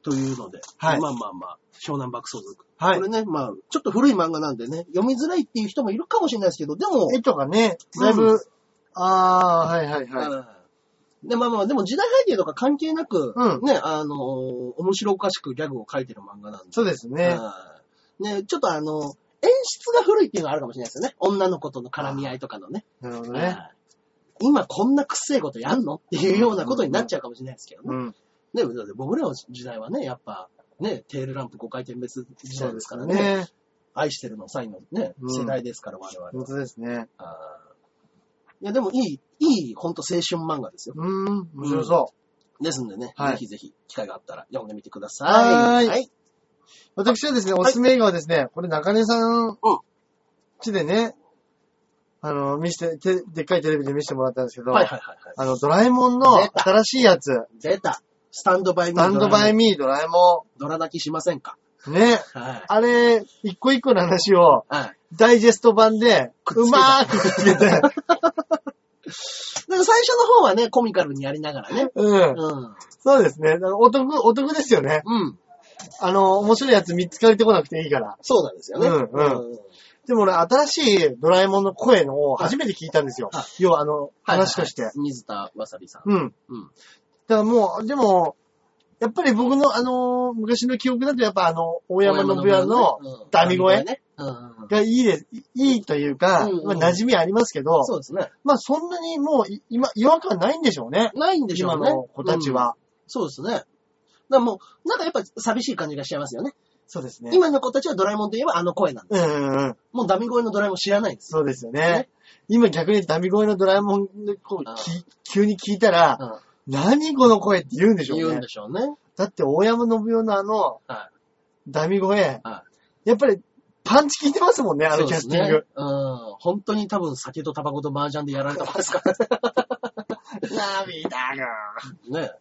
[SPEAKER 2] というので、
[SPEAKER 1] はい
[SPEAKER 2] まあまあまあ、湘南爆走族。
[SPEAKER 1] はい
[SPEAKER 2] これね、まあ、ちょっと古い漫画なんでね、読みづらいっていう人もいるかもしれないですけど、でも、
[SPEAKER 1] 絵とかね、だいぶ、
[SPEAKER 2] う
[SPEAKER 1] ああ、はいはいはい。
[SPEAKER 2] うんで、まあまあ、でも時代背景とか関係なく、
[SPEAKER 1] うん
[SPEAKER 2] ね、あのー面白おかしくギャグを書いてる漫画なんで。
[SPEAKER 1] そうですね。
[SPEAKER 2] うんね、ちょっとあの、演出が古いっていうのはあるかもしれないですよね。女の子との絡み合いとかのね。
[SPEAKER 1] なるほど
[SPEAKER 2] うん
[SPEAKER 1] ね。
[SPEAKER 2] 今こんなくっせえことやんのっていうようなことになっちゃうかもしれないですけどね。
[SPEAKER 1] うん。
[SPEAKER 2] ね、だって僕らの時代はね、やっぱ、ね、テールランプ5回転別時代ですからね。
[SPEAKER 1] ね。
[SPEAKER 2] 愛してるのサインのね、
[SPEAKER 1] うん
[SPEAKER 2] 世代ですから我々は。
[SPEAKER 1] 本当ですね。
[SPEAKER 2] あーいや、でもいい、いい、ほんと青春漫画ですよ。
[SPEAKER 1] うーん、面白そ
[SPEAKER 2] ですんでね、
[SPEAKER 1] はい
[SPEAKER 2] ぜひぜひ、機会があったら読んでみてください。
[SPEAKER 1] はーい
[SPEAKER 2] はい。
[SPEAKER 1] 私はですね、おすすめ映画はですね、これ中根さん、ちでね、あの、見せて、てでっかいテレビで見せてもらったんですけど、
[SPEAKER 2] はいはいはい
[SPEAKER 1] あの、ドラえもんの
[SPEAKER 2] 出た
[SPEAKER 1] 新しいやつ、
[SPEAKER 2] はい。出た。スタンドバイミー
[SPEAKER 1] バンドバイミードラえも
[SPEAKER 2] ドラ泣きしませんか
[SPEAKER 1] ん。ね。
[SPEAKER 2] は
[SPEAKER 1] あれ、一個一個の話を、
[SPEAKER 2] い。はい。
[SPEAKER 1] ダイジェスト版で、
[SPEAKER 2] くっ
[SPEAKER 1] う
[SPEAKER 2] つけた
[SPEAKER 1] まーくくっつ けて、
[SPEAKER 2] なんか最初の方はね、コミカルにやりながらね。
[SPEAKER 1] うん。
[SPEAKER 2] うん。
[SPEAKER 1] そうですね。だからお得、お得ですよね。
[SPEAKER 2] うん。
[SPEAKER 1] あの、面白いやつ見つかれてこなくていいから。
[SPEAKER 2] そうなんですよね。
[SPEAKER 1] うんうんでも俺、新しいドラえもんの声のを初めて聞いたんですよ
[SPEAKER 2] はい。
[SPEAKER 1] 要はあの、話として。
[SPEAKER 2] はいはいはい水田わさびさん。
[SPEAKER 1] うん。
[SPEAKER 2] うん。
[SPEAKER 1] だからもう、でも、やっぱり僕のあのー昔の記憶だとやっぱあの、大山信也の
[SPEAKER 2] うん
[SPEAKER 1] ダミ声
[SPEAKER 2] ね。うんうんうん。
[SPEAKER 1] がいいです、いいというか、
[SPEAKER 2] うんうん
[SPEAKER 1] まあ、馴染みありますけど、
[SPEAKER 2] そうですね。
[SPEAKER 1] まあそんなにもうい今、違和感ないんでしょうね。
[SPEAKER 2] ないんでしょう
[SPEAKER 1] 今
[SPEAKER 2] ね。
[SPEAKER 1] の子たち
[SPEAKER 2] うん。
[SPEAKER 1] は。
[SPEAKER 2] そうですね。だからもう、なんかやっぱ寂しい感じがしちゃいますよね。
[SPEAKER 1] そうですね。
[SPEAKER 2] 今の子たちはドラえもんといえばあの声なんで
[SPEAKER 1] うんうんうん。
[SPEAKER 2] す。もうダミ声のドラえもん知らないんですよ。
[SPEAKER 1] そうですよね。
[SPEAKER 2] ね
[SPEAKER 1] 今逆にダミ声のドラえもんの声
[SPEAKER 2] うん
[SPEAKER 1] き急に聞いたら、
[SPEAKER 2] うん。
[SPEAKER 1] 何この声って言うんでしょ
[SPEAKER 2] 言
[SPEAKER 1] う
[SPEAKER 2] うん
[SPEAKER 1] ね
[SPEAKER 2] で。しょうね。
[SPEAKER 1] だって大山信代のあの、
[SPEAKER 2] は
[SPEAKER 1] ダミ声、
[SPEAKER 2] は
[SPEAKER 1] やっぱりパンチ効いてますもんね、あ
[SPEAKER 2] そ
[SPEAKER 1] の
[SPEAKER 2] う
[SPEAKER 1] キ
[SPEAKER 2] で
[SPEAKER 1] ャ
[SPEAKER 2] す
[SPEAKER 1] ス
[SPEAKER 2] ね
[SPEAKER 1] ティング。
[SPEAKER 2] うん。本当に多分酒とタバコと麻雀でやられたもんですから
[SPEAKER 1] 涙が。
[SPEAKER 2] ね。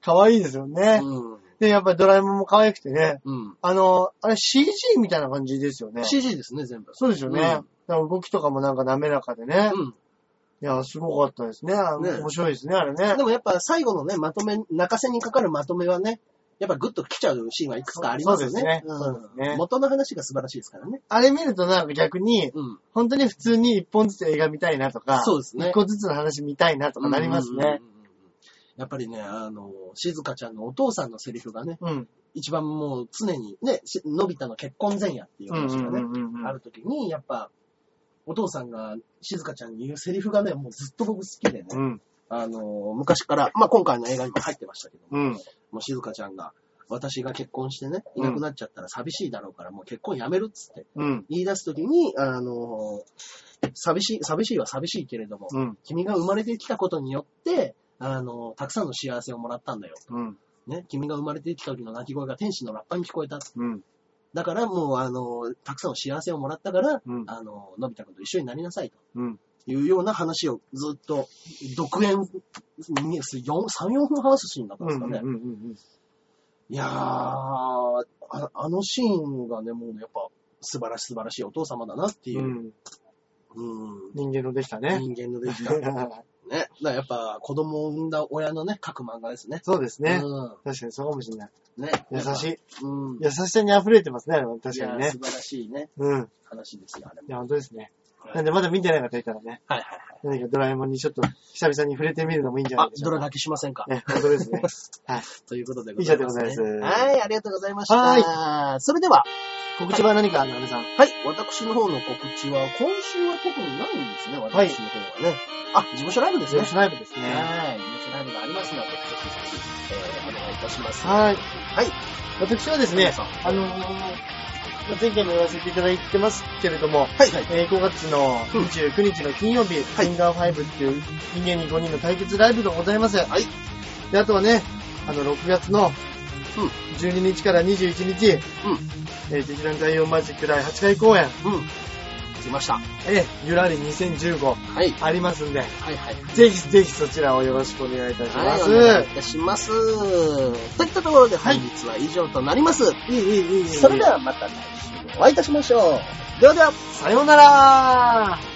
[SPEAKER 1] 可愛いですよね。
[SPEAKER 2] うん。
[SPEAKER 1] で、やっぱりドラえもんも可愛くてね。
[SPEAKER 2] うん。
[SPEAKER 1] あの、あれ CG みたいな感じですよね。
[SPEAKER 2] CG ですね、全部。
[SPEAKER 1] そうですよね。
[SPEAKER 2] うん
[SPEAKER 1] だから動きとかもなんか滑らかでね。
[SPEAKER 2] うん。
[SPEAKER 1] いや、すごかったですね。あ
[SPEAKER 2] ね
[SPEAKER 1] 面白いですね、あれね
[SPEAKER 2] で。もやっぱ最後のね、まとめ、泣かせにかかるまとめはね、やっぱグッと来ちゃうシーンはいくつかありますよね。
[SPEAKER 1] そう
[SPEAKER 2] ん
[SPEAKER 1] ですねそうですね
[SPEAKER 2] 元の話が素晴らしいですからね。
[SPEAKER 1] あれ見るとなんか逆に、
[SPEAKER 2] うん。
[SPEAKER 1] 本当に普通に一本ずつ映画見たいなとか、
[SPEAKER 2] そうですね
[SPEAKER 1] 一個ずつの話見たいなとかなります
[SPEAKER 2] う。
[SPEAKER 1] ね
[SPEAKER 2] んうんうんうん。やっぱりね、あの、静香ちゃんのお父さんのセリフがね、
[SPEAKER 1] うん。
[SPEAKER 2] 一番もう常にね、しのび太の結婚前夜っていう
[SPEAKER 1] うん
[SPEAKER 2] 話
[SPEAKER 1] う
[SPEAKER 2] がね、
[SPEAKER 1] んうんうんうん
[SPEAKER 2] ある時に、やっぱ、お父さんが静香ちゃんに言うセリフがね、もうずっと僕好きでね、
[SPEAKER 1] うん。
[SPEAKER 2] あの、昔から、まあ今回の映画にも入ってましたけども、
[SPEAKER 1] うん。
[SPEAKER 2] もう静香ちゃんが、私が結婚してね、いなくなっちゃったら寂しいだろうから、もう結婚やめるっつって
[SPEAKER 1] うん。
[SPEAKER 2] 言い出すときに、あの、寂しい、寂しいは寂しいけれども、
[SPEAKER 1] うん。
[SPEAKER 2] 君が生まれてきたことによって、あの、たくさんの幸せをもらったんだよ。
[SPEAKER 1] うん。
[SPEAKER 2] ね、君が生まれてきた時の泣き声が天使のラッパに聞こえた。
[SPEAKER 1] うん。
[SPEAKER 2] だからもう、あの、たくさんの幸せをもらったから、
[SPEAKER 1] うん
[SPEAKER 2] あの、のび太くんと一緒になりなさいと
[SPEAKER 1] うん。
[SPEAKER 2] いうような話をずっと、独演、に3、4分話すシーンだったん
[SPEAKER 1] う
[SPEAKER 2] ですかね。
[SPEAKER 1] ん。うん。
[SPEAKER 2] いやーあ、あのシーンがね、もうねやっぱ、素晴らしい素晴らしいお父様だなっていうう、
[SPEAKER 1] ん。
[SPEAKER 2] うん、
[SPEAKER 1] 人間のできたね。
[SPEAKER 2] 人間のできた。ね。だからやっぱ、子供を産んだ親のね、各漫画ですね。
[SPEAKER 1] そうですね。
[SPEAKER 2] う
[SPEAKER 1] 確かにそうかもしれない。
[SPEAKER 2] ん。ね。
[SPEAKER 1] 優し
[SPEAKER 2] い。
[SPEAKER 1] い。
[SPEAKER 2] うん。
[SPEAKER 1] 優しさに溢れてますね、あれは確かに
[SPEAKER 2] いや
[SPEAKER 1] ね
[SPEAKER 2] 素。晴らしいね、
[SPEAKER 1] うん。い
[SPEAKER 2] 話ですよ、あれも。
[SPEAKER 1] や、本当ですね。
[SPEAKER 2] はい
[SPEAKER 1] なんでまだ見てない方いたらね、
[SPEAKER 2] はいはいはい。
[SPEAKER 1] 何かドラえもんにちょっと久々に触れてみるのもいいんじゃな
[SPEAKER 2] あ
[SPEAKER 1] いで、し
[SPEAKER 2] ド
[SPEAKER 1] ょう
[SPEAKER 2] ラ
[SPEAKER 1] か。
[SPEAKER 2] 泣きしませんか。
[SPEAKER 1] ね、本当 ですね。はい。
[SPEAKER 2] ということでございます、ね。
[SPEAKER 1] 以上でございます
[SPEAKER 2] はい、ありがとうございました。
[SPEAKER 1] は
[SPEAKER 2] それでは、
[SPEAKER 1] 告知は何か、なるさん。
[SPEAKER 2] はい、私の方の告知は、今週は特にないんですね、私の方はね。あ、事務所ライブです
[SPEAKER 1] ゼ
[SPEAKER 2] ね
[SPEAKER 1] ロ。シライブですね。
[SPEAKER 2] はい。ニュースライブがありますので、ぜひぜひ、えー、お願いいたします。い。
[SPEAKER 1] はい。
[SPEAKER 2] はい。
[SPEAKER 1] 私はですね、
[SPEAKER 2] さん
[SPEAKER 1] あのー、前回も言わせていただいてますけれども、
[SPEAKER 2] はい、はい。
[SPEAKER 1] えー5月の29日の金曜日、
[SPEAKER 2] い。
[SPEAKER 1] フィンガー5っていう人間に5人の対決ライブがございます。はいで、あとはね、あの、6月の12日から21日、えー劇団第4マジック第8回公演、
[SPEAKER 2] うん。うん。来ました。は
[SPEAKER 1] えーゆらり2015
[SPEAKER 2] い。
[SPEAKER 1] ありますんで、
[SPEAKER 2] はい、はい。
[SPEAKER 1] ぜひぜひそちらをよろしくお願いいたしま
[SPEAKER 2] はい、
[SPEAKER 1] す。
[SPEAKER 2] お願いいたします。といったところで、本日は以上となります。
[SPEAKER 1] い、いい、いい、いいいい。
[SPEAKER 2] それではまた来週お会いいたしましょう。ではでは。
[SPEAKER 1] さようなら